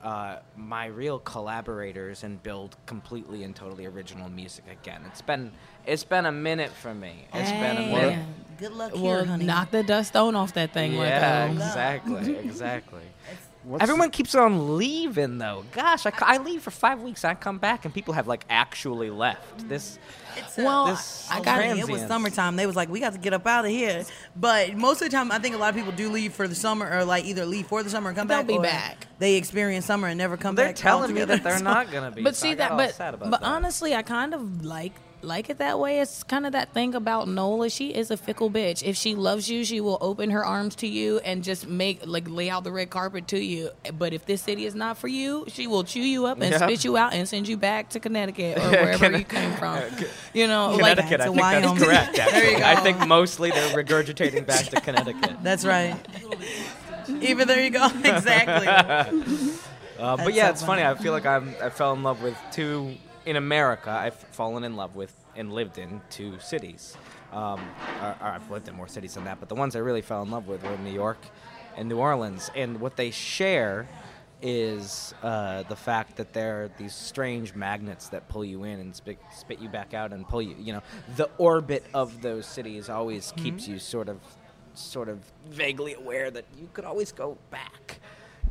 Speaker 5: uh, my real collaborators and build completely and totally original music again. It's been it's been a minute for me. It's been a
Speaker 3: Hey.
Speaker 5: minute.
Speaker 4: Good luck
Speaker 3: Well,
Speaker 4: here, honey.
Speaker 3: knock the dust on off that thing.
Speaker 5: Yeah,
Speaker 3: Marco.
Speaker 5: exactly, exactly.
Speaker 1: What's
Speaker 5: Everyone keeps on leaving though. Gosh, I, c- I leave for five weeks. I come back and people have like actually left. This
Speaker 4: It's a-
Speaker 3: Well,
Speaker 5: This-
Speaker 4: I
Speaker 3: I got
Speaker 4: got it.
Speaker 5: Transient.
Speaker 4: It was summertime. They was like, we got to get up out of here. But most of the time, I think a lot of people do leave for the summer, or like either leave for the summer and come
Speaker 3: They'll
Speaker 4: back.
Speaker 3: be
Speaker 4: or
Speaker 3: back.
Speaker 4: They experience summer and never come
Speaker 5: They're
Speaker 4: back.
Speaker 5: telling me that
Speaker 4: altogether.
Speaker 5: they're not gonna be.
Speaker 3: But
Speaker 5: so I
Speaker 3: see
Speaker 5: got
Speaker 3: that,
Speaker 5: all
Speaker 3: but
Speaker 5: sad about
Speaker 3: but
Speaker 5: that.
Speaker 3: honestly, I kind of like like it that way. It's kind of that thing about Nola. She is a fickle bitch. If she loves you, she will open her arms to you and just make like lay out the red carpet to you. But if this city is not for you, she will chew you up and
Speaker 5: Yeah.
Speaker 3: spit you out and send you back to Connecticut or wherever you came from. You know, like
Speaker 5: Connecticut, I
Speaker 4: to
Speaker 5: think that's
Speaker 4: Wyoming.
Speaker 5: correct.
Speaker 4: There you
Speaker 5: Actually, I
Speaker 4: go.
Speaker 5: think mostly they're regurgitating back to Connecticut.
Speaker 4: That's right. Even there you go. exactly.
Speaker 5: Uh, but
Speaker 4: That's
Speaker 5: yeah,
Speaker 4: so
Speaker 5: it's funny. I feel like I'm. I fell in love with two in America. I've fallen in love with and lived in two cities. Um, or, or I've lived in more cities than that, but the ones I really fell in love with were New York and New Orleans. And what they share is uh, the fact that they're these strange magnets that pull you in and spit, spit you back out and pull you. You know, the orbit of those cities always keeps you sort of, sort of vaguely aware that you could always go back.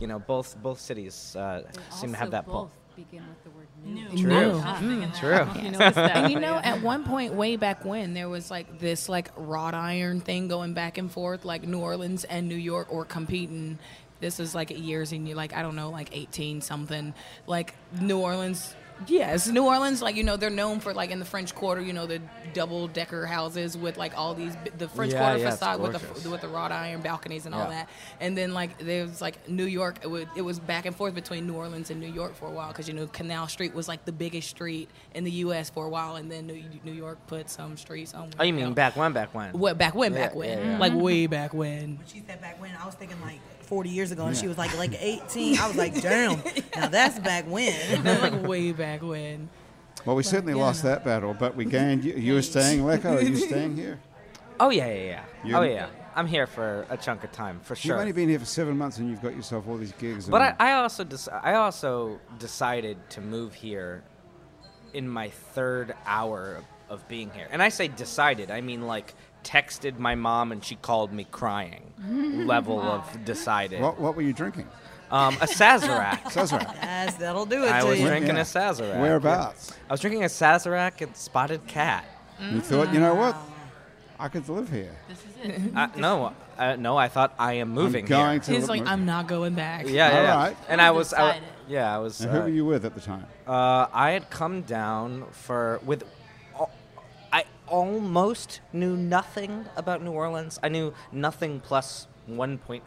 Speaker 5: You know, both both cities uh, seem to have that pull.
Speaker 6: both begin with the word new.
Speaker 12: New.
Speaker 5: True.
Speaker 12: I was thinking that.
Speaker 5: True.
Speaker 6: You noticed that,
Speaker 3: And you
Speaker 6: but
Speaker 3: know,
Speaker 6: yeah.
Speaker 3: at one point, way back when, there was like this like wrought iron thing going back and forth, like New Orleans and New York were competing. This was like years and you like I don't know, like eighteen something. Like New Orleans, yes, New Orleans. Like you know, they're known for like in the French Quarter, you know, the double decker houses with like all these b- the French
Speaker 5: Yeah,
Speaker 3: Quarter
Speaker 5: yeah, it's
Speaker 3: facade with
Speaker 5: gorgeous.
Speaker 3: the with the wrought iron balconies and all
Speaker 5: Yeah.
Speaker 3: that. And then like there was like New York, it was, it was back and forth between New Orleans and New York for a while because you know Canal Street was like the biggest street in the U.S. for a while, and then New, New York put some streets on.
Speaker 5: Oh, you mean back when? Back when?
Speaker 3: What back when?
Speaker 5: Yeah,
Speaker 3: back when?
Speaker 5: yeah, yeah.
Speaker 3: Like way back when?
Speaker 4: She said back when I was thinking like 40 years ago, and she was like like 18. I was like, damn. Now that's back when.
Speaker 3: like way back when?
Speaker 1: Well, we certainly lost that battle, but we gained. You, you were staying, Lecco. Are you staying here?
Speaker 5: Oh yeah, yeah, yeah.
Speaker 1: You-
Speaker 5: Oh yeah. I'm here for a chunk of time for sure.
Speaker 1: You've only been here for seven months, and you've got yourself all these gigs.
Speaker 5: But I,
Speaker 1: and-
Speaker 5: I also dec- I also decided to move here in my third hour of being here, and I say decided. I mean like texted my mom and she called me crying. level of decided.
Speaker 1: what, what were you drinking?
Speaker 5: Um, a sazerac.
Speaker 1: Sazerac.
Speaker 4: Yes, that'll do it
Speaker 5: I
Speaker 4: to
Speaker 5: was
Speaker 4: you.
Speaker 5: drinking
Speaker 1: Yeah.
Speaker 5: a sazerac.
Speaker 1: Whereabouts?
Speaker 5: I was drinking a sazerac and spotted cat.
Speaker 1: You thought, you know what?
Speaker 5: Mm.
Speaker 1: I could live here.
Speaker 12: This is it.
Speaker 5: Uh, no, uh, no. I thought I am moving.
Speaker 1: I'm going
Speaker 5: here.
Speaker 1: to.
Speaker 3: He's like, I'm not going back.
Speaker 5: Yeah, yeah.
Speaker 1: All
Speaker 5: yeah.
Speaker 1: right.
Speaker 5: And I was. I,
Speaker 12: Decided.
Speaker 5: yeah, I was.
Speaker 1: And who
Speaker 5: uh,
Speaker 1: were you with at the time?
Speaker 5: Uh, I had come down for with. al- I almost knew nothing about New Orleans. I knew nothing plus 1.5,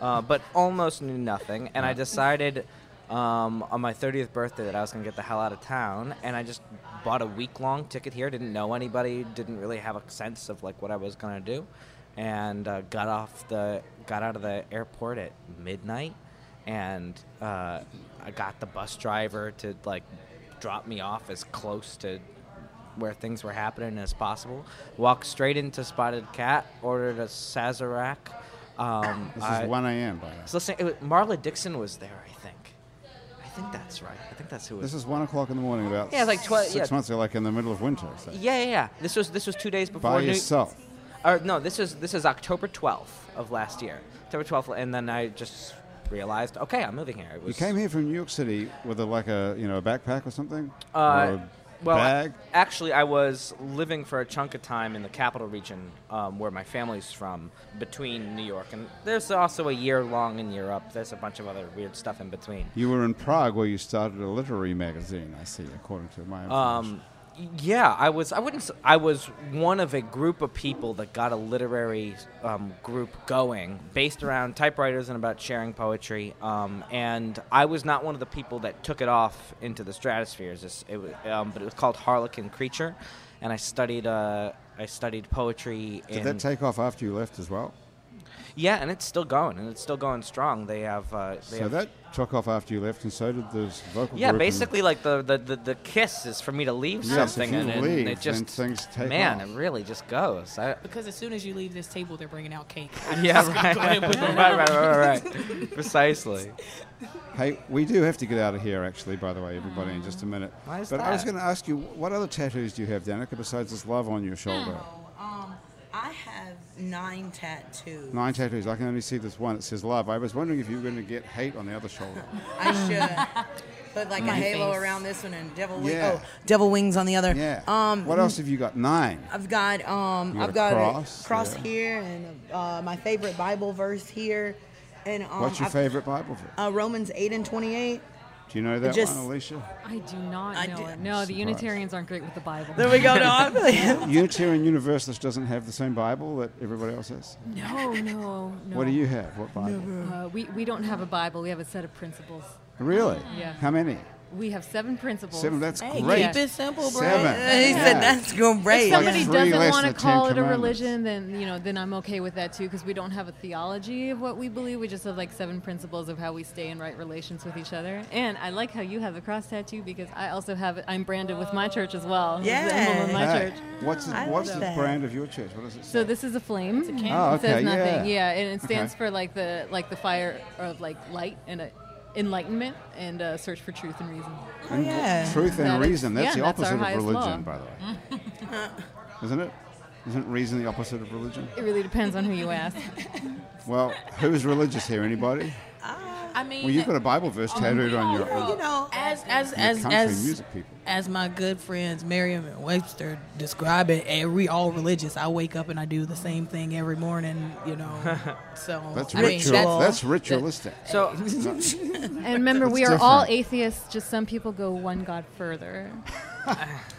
Speaker 5: uh, but almost knew nothing. And I decided um, on my 30th birthday that I was going to get the hell out of town. And I just bought a week long ticket here. Didn't know anybody. Didn't really have a sense of like what I was going to do. And uh, got off the got out of the airport at midnight and uh, I got the bus driver to like drop me off as close to where things were happening as possible. Walked straight into Spotted Cat, ordered a Sazerac. Um,
Speaker 1: This
Speaker 5: I-
Speaker 1: is 1 a.m. by the way.
Speaker 5: so listen, it was, Marla Dixon was there, I think. I think that's right. I think that's who it was.
Speaker 1: This is 1 o'clock in the morning, about
Speaker 5: Yeah, it's like twe-
Speaker 1: six
Speaker 5: yeah.
Speaker 1: months ago, like in the middle of winter. So.
Speaker 5: yeah, yeah, yeah. This was this was two days before
Speaker 1: By
Speaker 5: New-
Speaker 1: yourself.
Speaker 5: or no, this is this is October 12th of last year. October 12th, and then I just realized, okay, I'm moving here. It
Speaker 1: You
Speaker 5: was-
Speaker 1: came here from New York City with a, like a you know a backpack or something.
Speaker 5: Uh,
Speaker 1: Or a
Speaker 7: Well, I-
Speaker 1: bag?
Speaker 7: actually, I was living for a chunk of time in the capital region um, where my family's from, between New York and there's also a year long in Europe. There's a bunch of other weird stuff in between.
Speaker 1: You were in Prague where you started a literary magazine, I see, according to my information.
Speaker 7: Um, yeah, I was. I wouldn't. s- I was one of a group of people that got a literary um, group going, based around typewriters and about sharing poetry. Um, and I was not one of the people that took it off into the stratosphere. It's Just, it was, um, but it was called Harlequin Creature, and I studied. Uh, I studied poetry.
Speaker 1: Did
Speaker 7: in,
Speaker 1: that take off after you left as well?
Speaker 7: Yeah, and it's still going, and it's still going strong. They have. Uh, they
Speaker 1: so
Speaker 7: have
Speaker 1: that took off after you left, and so did the s- vocal
Speaker 7: Yeah,
Speaker 1: group and-
Speaker 7: basically, like the, the, the, the kiss is for me to leave
Speaker 1: Yes, if
Speaker 7: something,
Speaker 1: you
Speaker 7: and, and
Speaker 1: leave,
Speaker 7: it
Speaker 1: then
Speaker 7: just
Speaker 1: things take
Speaker 7: man,
Speaker 1: off.
Speaker 7: it really just goes. I,
Speaker 3: Because as soon as you leave this table, they're bringing out cake.
Speaker 7: yeah, right, right, right, right, right, right. precisely.
Speaker 1: Hey, we do have to get out of here, actually, by the way, everybody, in just a minute.
Speaker 7: Why is
Speaker 1: but I was
Speaker 7: that?
Speaker 1: going to ask you, what other tattoos do you have, Danica, besides this love on your shoulder?
Speaker 7: Hmm.
Speaker 4: Um, I have nine tattoos.
Speaker 1: Nine tattoos. I can only see this one that says love. I was wondering if you were going to get hate on the other shoulder.
Speaker 4: I should put like a
Speaker 3: My
Speaker 4: halo
Speaker 3: face.
Speaker 4: around this one and devil wing-
Speaker 1: Yeah.
Speaker 4: oh, devil wings on the other.
Speaker 1: Yeah.
Speaker 4: Um,
Speaker 1: what else have you got? Nine.
Speaker 4: I've got
Speaker 1: You
Speaker 4: um,
Speaker 1: got
Speaker 4: I've
Speaker 1: a
Speaker 4: got
Speaker 1: cross
Speaker 4: a cross
Speaker 1: there.
Speaker 4: here and uh, my favorite Bible verse here, and um,
Speaker 1: What's your
Speaker 4: I've-
Speaker 1: favorite Bible verse?
Speaker 4: Uh, Romans eight and twenty eight.
Speaker 1: Do you know that
Speaker 4: just-
Speaker 1: one, Alicia?
Speaker 6: I do not
Speaker 4: I
Speaker 6: know
Speaker 4: do-
Speaker 6: it. No, the
Speaker 1: Surprise.
Speaker 6: Unitarians aren't great with the Bible.
Speaker 4: There we go. No, I'm
Speaker 1: Unitarian Universalist doesn't have the same Bible that everybody else has.
Speaker 6: no, no, no.
Speaker 1: What do you have? What Bible?
Speaker 6: Uh, we, we don't have a Bible. We have a set of principles.
Speaker 1: Really?
Speaker 6: Yeah.
Speaker 1: How many?
Speaker 6: We have seven principles.
Speaker 1: Seven. That's
Speaker 3: Hey,
Speaker 1: great.
Speaker 3: keep it simple, bro.
Speaker 1: Seven.
Speaker 4: Uh, he
Speaker 1: Yeah.
Speaker 4: said that's
Speaker 6: If
Speaker 4: great.
Speaker 1: Like
Speaker 6: somebody
Speaker 1: three
Speaker 6: doesn't
Speaker 1: less
Speaker 6: want
Speaker 1: than
Speaker 6: to
Speaker 1: the
Speaker 6: call
Speaker 1: Ten
Speaker 6: it a
Speaker 1: Commandments.
Speaker 6: religion, then you know, then I'm okay with that too, because we don't have a theology of what we believe. We just have like seven principles of how we stay in right relations with each other. And I like how you have the cross tattoo because I also have it. I'm branded with my church as well. It's the emblem of my
Speaker 1: Hey,
Speaker 6: church.
Speaker 1: What's the,
Speaker 4: I
Speaker 1: what's
Speaker 4: love
Speaker 1: the
Speaker 4: that.
Speaker 1: brand of your church? What does it say?
Speaker 6: So this is a flame. It's a candle.
Speaker 1: Oh,
Speaker 6: it says
Speaker 1: okay,
Speaker 6: nothing.
Speaker 1: yeah.
Speaker 6: Yeah, and it stands
Speaker 1: Okay.
Speaker 6: for like the like the fire of like light and a enlightenment and a search for truth and reason.
Speaker 1: And
Speaker 4: yeah.
Speaker 1: Truth and
Speaker 6: That is-
Speaker 1: reason. That's
Speaker 6: yeah,
Speaker 1: the
Speaker 6: that's our
Speaker 1: opposite of
Speaker 6: highest
Speaker 1: religion,
Speaker 6: law.
Speaker 1: by the way.
Speaker 4: Uh,
Speaker 1: Isn't it? Isn't reason the opposite of religion?
Speaker 6: It really depends on who you ask.
Speaker 1: Well, who's religious here? Anybody?
Speaker 3: I mean,
Speaker 1: Well, you've got a Bible verse
Speaker 6: Oh,
Speaker 1: tattooed on your, on
Speaker 4: You know,
Speaker 3: as as
Speaker 1: your
Speaker 3: as
Speaker 1: country
Speaker 3: as
Speaker 1: music people.
Speaker 3: as my good friends Merriam and Webster describe it, and we all religious. I wake up and I do the same thing every morning, you know. So
Speaker 1: That's
Speaker 3: I mean,
Speaker 1: ritual. that's, ritualistic.
Speaker 7: So
Speaker 6: And remember, we are
Speaker 1: That's
Speaker 6: all
Speaker 1: different.
Speaker 6: atheists. Just some people go one god further.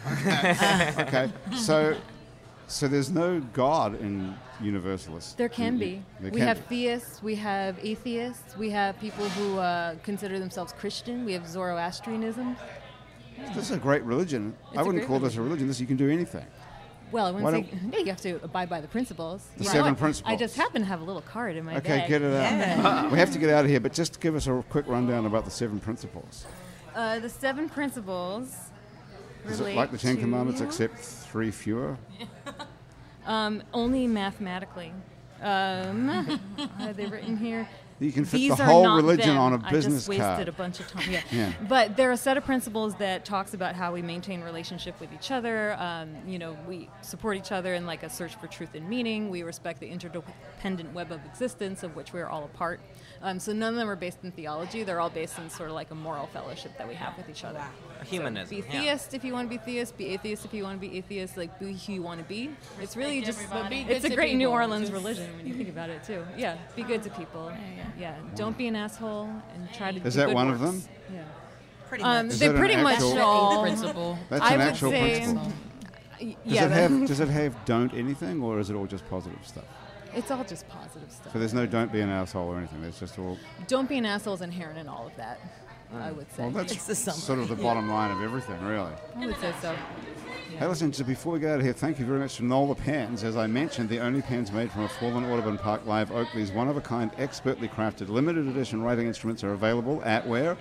Speaker 1: okay, so so there's no God in Universalist.
Speaker 6: There can
Speaker 1: You- you-
Speaker 6: be.
Speaker 1: There
Speaker 6: we
Speaker 1: can
Speaker 6: have
Speaker 1: be.
Speaker 6: theists, we have atheists, we have people who uh, consider themselves Christian, we have Zoroastrianism.
Speaker 1: This is a great religion. I
Speaker 6: a
Speaker 1: wouldn't
Speaker 6: great
Speaker 1: call this a religion. This you can do anything.
Speaker 6: Well, I
Speaker 1: Why
Speaker 6: wouldn't say yeah, you have to abide by the principles.
Speaker 1: The
Speaker 6: You know,
Speaker 1: seven
Speaker 6: I-
Speaker 1: principles.
Speaker 6: I just happen to have a little card in my
Speaker 1: Okay,
Speaker 6: bag.
Speaker 1: get it out.
Speaker 4: Yeah.
Speaker 1: We have to get out of here, but just give us a quick rundown about the seven principles.
Speaker 6: Uh, the seven principles.
Speaker 1: Is it
Speaker 6: relate
Speaker 1: like the Ten
Speaker 6: to-
Speaker 1: Commandments, except three fewer?
Speaker 6: Um, only mathematically. Um, are they written here?
Speaker 1: You can fit
Speaker 6: These
Speaker 1: the
Speaker 6: are
Speaker 1: whole
Speaker 6: not
Speaker 1: religion
Speaker 6: them.
Speaker 1: on a
Speaker 6: I
Speaker 1: business
Speaker 6: just wasted
Speaker 1: card.
Speaker 6: a bunch of time. Yeah.
Speaker 1: Yeah.
Speaker 6: But there are a set of principles that talks about how we maintain relationship with each other. Um, you know, we support each other in like a search for truth and meaning. We respect the interdependent web of existence of which we are all a part. Um, so none of them are based in theology. They're all based in sort of like a moral fellowship that we have with each other.
Speaker 7: humanism.
Speaker 6: Be
Speaker 7: yeah.
Speaker 6: theist if you want to be theist. Be atheist if you want to be atheist. Like be who you want to be. It's really just
Speaker 3: everybody. But be
Speaker 6: it's
Speaker 3: good
Speaker 6: a
Speaker 3: to
Speaker 6: great New
Speaker 3: people,
Speaker 6: Orleans
Speaker 3: just-
Speaker 6: religion when you think about it too. Yeah, be good to people.
Speaker 3: yeah.
Speaker 6: Yeah, don't be an asshole and try to.
Speaker 1: Is
Speaker 6: do
Speaker 1: that
Speaker 6: good
Speaker 1: one of
Speaker 6: works.
Speaker 1: them?
Speaker 6: Yeah.
Speaker 4: pretty
Speaker 6: Um,
Speaker 4: much.
Speaker 1: Is
Speaker 6: they
Speaker 1: that an
Speaker 6: pretty much
Speaker 1: actual-
Speaker 6: all.
Speaker 3: principle.
Speaker 1: That's
Speaker 6: I
Speaker 1: an
Speaker 6: would
Speaker 1: actual
Speaker 6: say-
Speaker 1: principle. Does
Speaker 6: yeah,
Speaker 1: it
Speaker 6: that-
Speaker 1: have does it have don't anything, or is it all just positive stuff?
Speaker 6: it's all just positive stuff.
Speaker 1: So there's no don't be an asshole or anything. There's just all.
Speaker 6: Don't be an asshole is inherent in all of that. I would say.
Speaker 1: Mm. Well,
Speaker 4: It's the
Speaker 1: that's
Speaker 4: summary.
Speaker 1: sort of the bottom line of everything, really.
Speaker 6: I would say so.
Speaker 1: Hey, listen, so before we get out of here, thank you very much to Nola Pans. As I mentioned, the only pans made from a fallen Audubon Park Live Oakley's one of a kind, expertly crafted, limited edition writing instruments are available at where?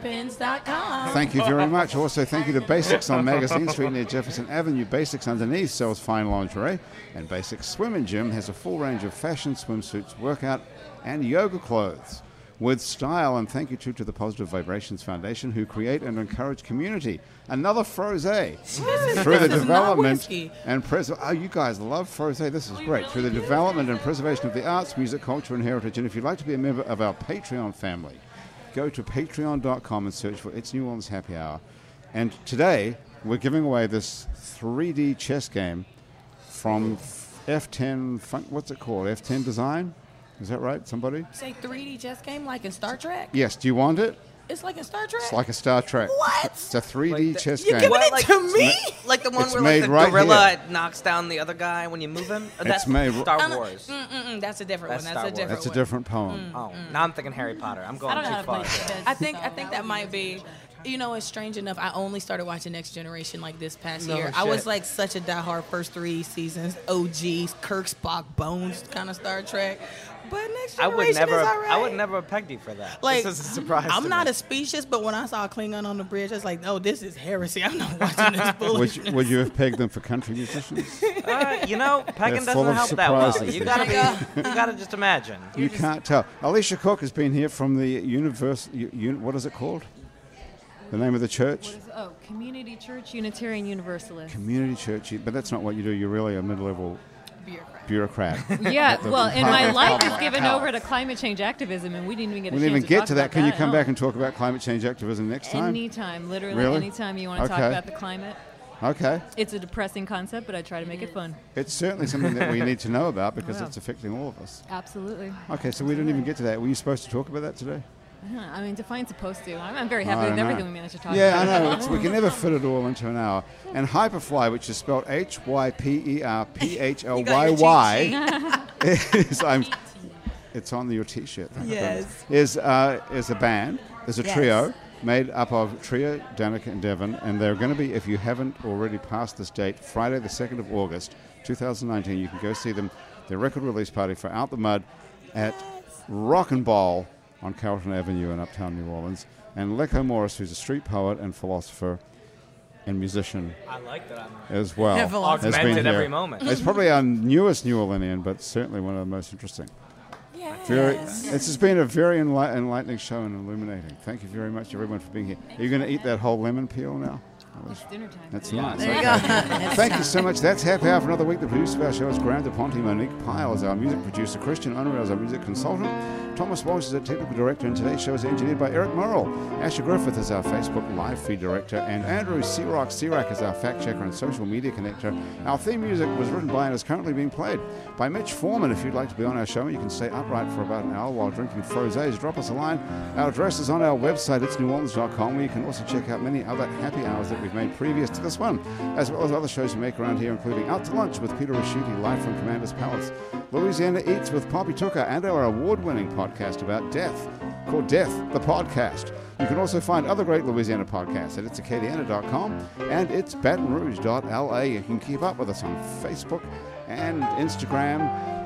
Speaker 3: NolaPins.com.
Speaker 1: Thank you very much. Also, thank you to Basics on Magazine Street near Jefferson Avenue. Basics Underneath sells fine lingerie, and Basics Swim and Gym has a full range of fashion, swimsuits, workout, and yoga clothes with style. And thank you, too, to the Positive Vibrations Foundation, who create and encourage community. Another Froze through the
Speaker 3: this is not
Speaker 1: development
Speaker 3: whiskey.
Speaker 1: and pres. Oh, you guys love Froze. This is great. Through the development and preservation of the arts, music, culture, and heritage. And if you'd like to be a member of our Patreon family, go to patreon.com and search for It's New Orleans Happy Hour. And today, We're giving away this 3D chess game from F10. Fun- What's it called? F10 Design. Is that right? Somebody?
Speaker 3: Say 3D chess game like in Star Trek.
Speaker 1: Yes. Do you want it?
Speaker 3: It's like in Star Trek.
Speaker 1: It's like a Star Trek.
Speaker 3: What?
Speaker 1: It's a 3D
Speaker 5: Like the-
Speaker 1: chess
Speaker 3: You're
Speaker 1: game.
Speaker 3: giving it
Speaker 5: Like-
Speaker 3: to me?
Speaker 5: Like the one
Speaker 1: It's
Speaker 5: where
Speaker 1: made
Speaker 5: like, the
Speaker 1: right
Speaker 5: gorilla knocks down the other guy when you move him. Uh, That's
Speaker 1: made-
Speaker 5: Star Wars.
Speaker 2: mm,
Speaker 3: Mm-mm, that's a different
Speaker 5: That's
Speaker 3: one. That's a
Speaker 5: Star Wars.
Speaker 3: different
Speaker 1: That's a
Speaker 3: one.
Speaker 1: different poem.
Speaker 5: Oh, now I'm thinking Harry Potter. I'm going
Speaker 2: I don't know how
Speaker 5: too
Speaker 2: to play
Speaker 5: far.
Speaker 2: chess.
Speaker 3: I think I
Speaker 2: so
Speaker 3: think
Speaker 2: would
Speaker 3: that
Speaker 2: be
Speaker 3: might be. You know, it's strange enough. I only started watching Next Generation like this past year. I was
Speaker 5: shit.
Speaker 3: like such a diehard first three seasons, OGs, Kirk, Spock, Bones kind of Star Trek. But Next Generation
Speaker 5: I would never.
Speaker 3: is
Speaker 5: have-
Speaker 3: all right.
Speaker 5: I would never have pegged you for that.
Speaker 3: Like,
Speaker 5: this is a surprise. to
Speaker 3: I'm not
Speaker 5: me.
Speaker 3: as specious, but when I saw Klingon on the bridge, I was like, no, this is heresy. I'm not watching this
Speaker 1: Would, you,
Speaker 3: foolishness.
Speaker 1: would you have pegged them for country musicians?
Speaker 5: Uh, you know, pegging
Speaker 1: They're full
Speaker 5: doesn't
Speaker 1: of
Speaker 5: help that well.
Speaker 1: surprises,
Speaker 5: You
Speaker 1: these
Speaker 5: gotta be. You gotta just imagine.
Speaker 1: you can't tell. Alicia Cook has been here from the universe. u- un- what is it called? The name of the church?
Speaker 6: What is it? Oh, Community Church Unitarian Universalist.
Speaker 1: Community church. But that's not what you do. You're really a mid-level bureaucrat.
Speaker 6: yeah,
Speaker 1: the
Speaker 6: well, and my
Speaker 1: power-
Speaker 6: life
Speaker 1: power-
Speaker 6: is given
Speaker 1: power.
Speaker 6: over to climate change activism, and we didn't even get a
Speaker 1: we didn't even
Speaker 6: chance
Speaker 1: get
Speaker 6: talk
Speaker 1: to that.
Speaker 6: about Oh.
Speaker 1: Can you come
Speaker 6: No.
Speaker 1: back and talk about climate change activism next time?
Speaker 6: Anytime, literally,
Speaker 1: Really?
Speaker 6: anytime you want to
Speaker 1: Okay.
Speaker 6: talk about the climate.
Speaker 1: Okay.
Speaker 6: It's a depressing concept, but I try to make it fun.
Speaker 1: It's certainly something that we need to know about because
Speaker 6: Yeah.
Speaker 1: it's affecting all of us.
Speaker 6: Absolutely.
Speaker 1: Okay, so we didn't even get to that. Were you supposed to talk about that today?
Speaker 6: Yeah, I mean, Defiant's supposed to. I'm, I'm very
Speaker 1: I
Speaker 6: happy with
Speaker 1: don't know.
Speaker 6: everything we managed to talk
Speaker 1: yeah, I
Speaker 6: about.
Speaker 1: know. It's, we can never fit it all into an hour. And Hyperfly, which is spelled H Y P E R P H L Y Y, is I'm. It's on your T-shirt. thank goodness.
Speaker 4: Yes.
Speaker 1: Is uh, is a band? Is a
Speaker 4: Yes.
Speaker 1: trio made up of Trio, Danica, and Devon, and they're going to be. If you haven't already passed this date, Friday the second of August, 2019. You can go see them. Their record release party for Out the Mud at Rock and Ball on Carlton Avenue in Uptown New Orleans. And Leco Morris, who's a street poet and philosopher and musician
Speaker 5: I like that. I'm
Speaker 1: as well.
Speaker 4: Yeah, philosopher.
Speaker 1: has been
Speaker 5: Augmented every
Speaker 1: here.
Speaker 5: moment.
Speaker 1: It's probably our newest New Orleanian, but certainly one of the most interesting. Very, This has been a very enli- enlightening show and illuminating. Thank you very much, everyone, for being here. Are you going to eat that whole lemon peel now? That was-
Speaker 6: It's dinner time.
Speaker 1: That's
Speaker 6: Yeah.
Speaker 1: nice. Okay. Thank you so much. That's Happy Hour for another week. The producer of our show is Graham DePonte. Monique Pyle is our music producer. Christian Unruh is our music consultant. Thomas Walsh is our technical director. And today's show is engineered by Eric Murrell. Asher Griffith is our Facebook live feed director. And Andrew Sirak Sirak is our fact checker and social media connector. Our theme music was written by and is currently being played by Mitch Foreman. If you'd like to be on our show, you can stay upright for about an hour while drinking frosés. Drop us a line. Our address is on our website, it's neworleans.com, where you can also check out many other happy hours that we've made previous to this one, as well as other shows we make around here, including Out to Lunch with Peter Raschuti, live from Commander's Palace, Louisiana Eats with Poppy Tucker, and our award-winning podcast about death called Death, the Podcast. You can also find other great Louisiana podcasts at itsacadiana.com and it's batonrouge.la. You can keep up with us on Facebook and Instagram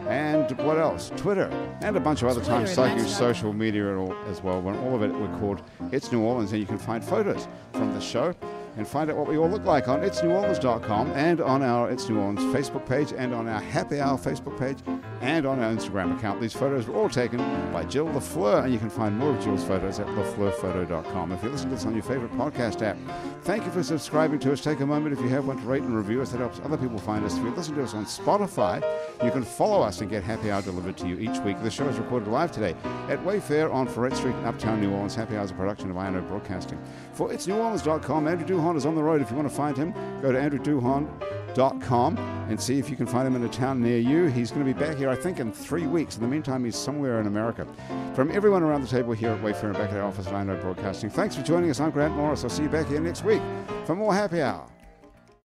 Speaker 1: and what else? Twitter and a bunch of other times psychic social media and all, as well. When all of it we're called It's New Orleans and you can find photos from the show and find out what we all look like on itsneworleans.com and on our It's New Orleans Facebook page and on our Happy Hour Facebook page and on our Instagram account. These photos were all taken by Jill LaFleur, and you can find more of Jill's photos at lafleurphoto.com. If you listen to this on your favorite podcast app, thank you for subscribing to us. Take a moment if you have one to rate and review us. That helps other people find us. If you listen to us on Spotify, you can follow us and get Happy Hour delivered to you each week. The show is recorded live today at Wayfair on Ferret Street in Uptown New Orleans. Happy Hour is a production of INO Broadcasting. For itsneworleans.com, Andrew Duhon is on the road. If you want to find him, go to Andrew Duhon com and see if you can find him in a town near you. He's going to be back here, I think, in three weeks. In the meantime, he's somewhere in America. From everyone around the table here at Wayfair and back at our office at I Know Broadcasting, thanks for joining us. I'm Grant Morris. I'll see you back here next week for more Happy Hour.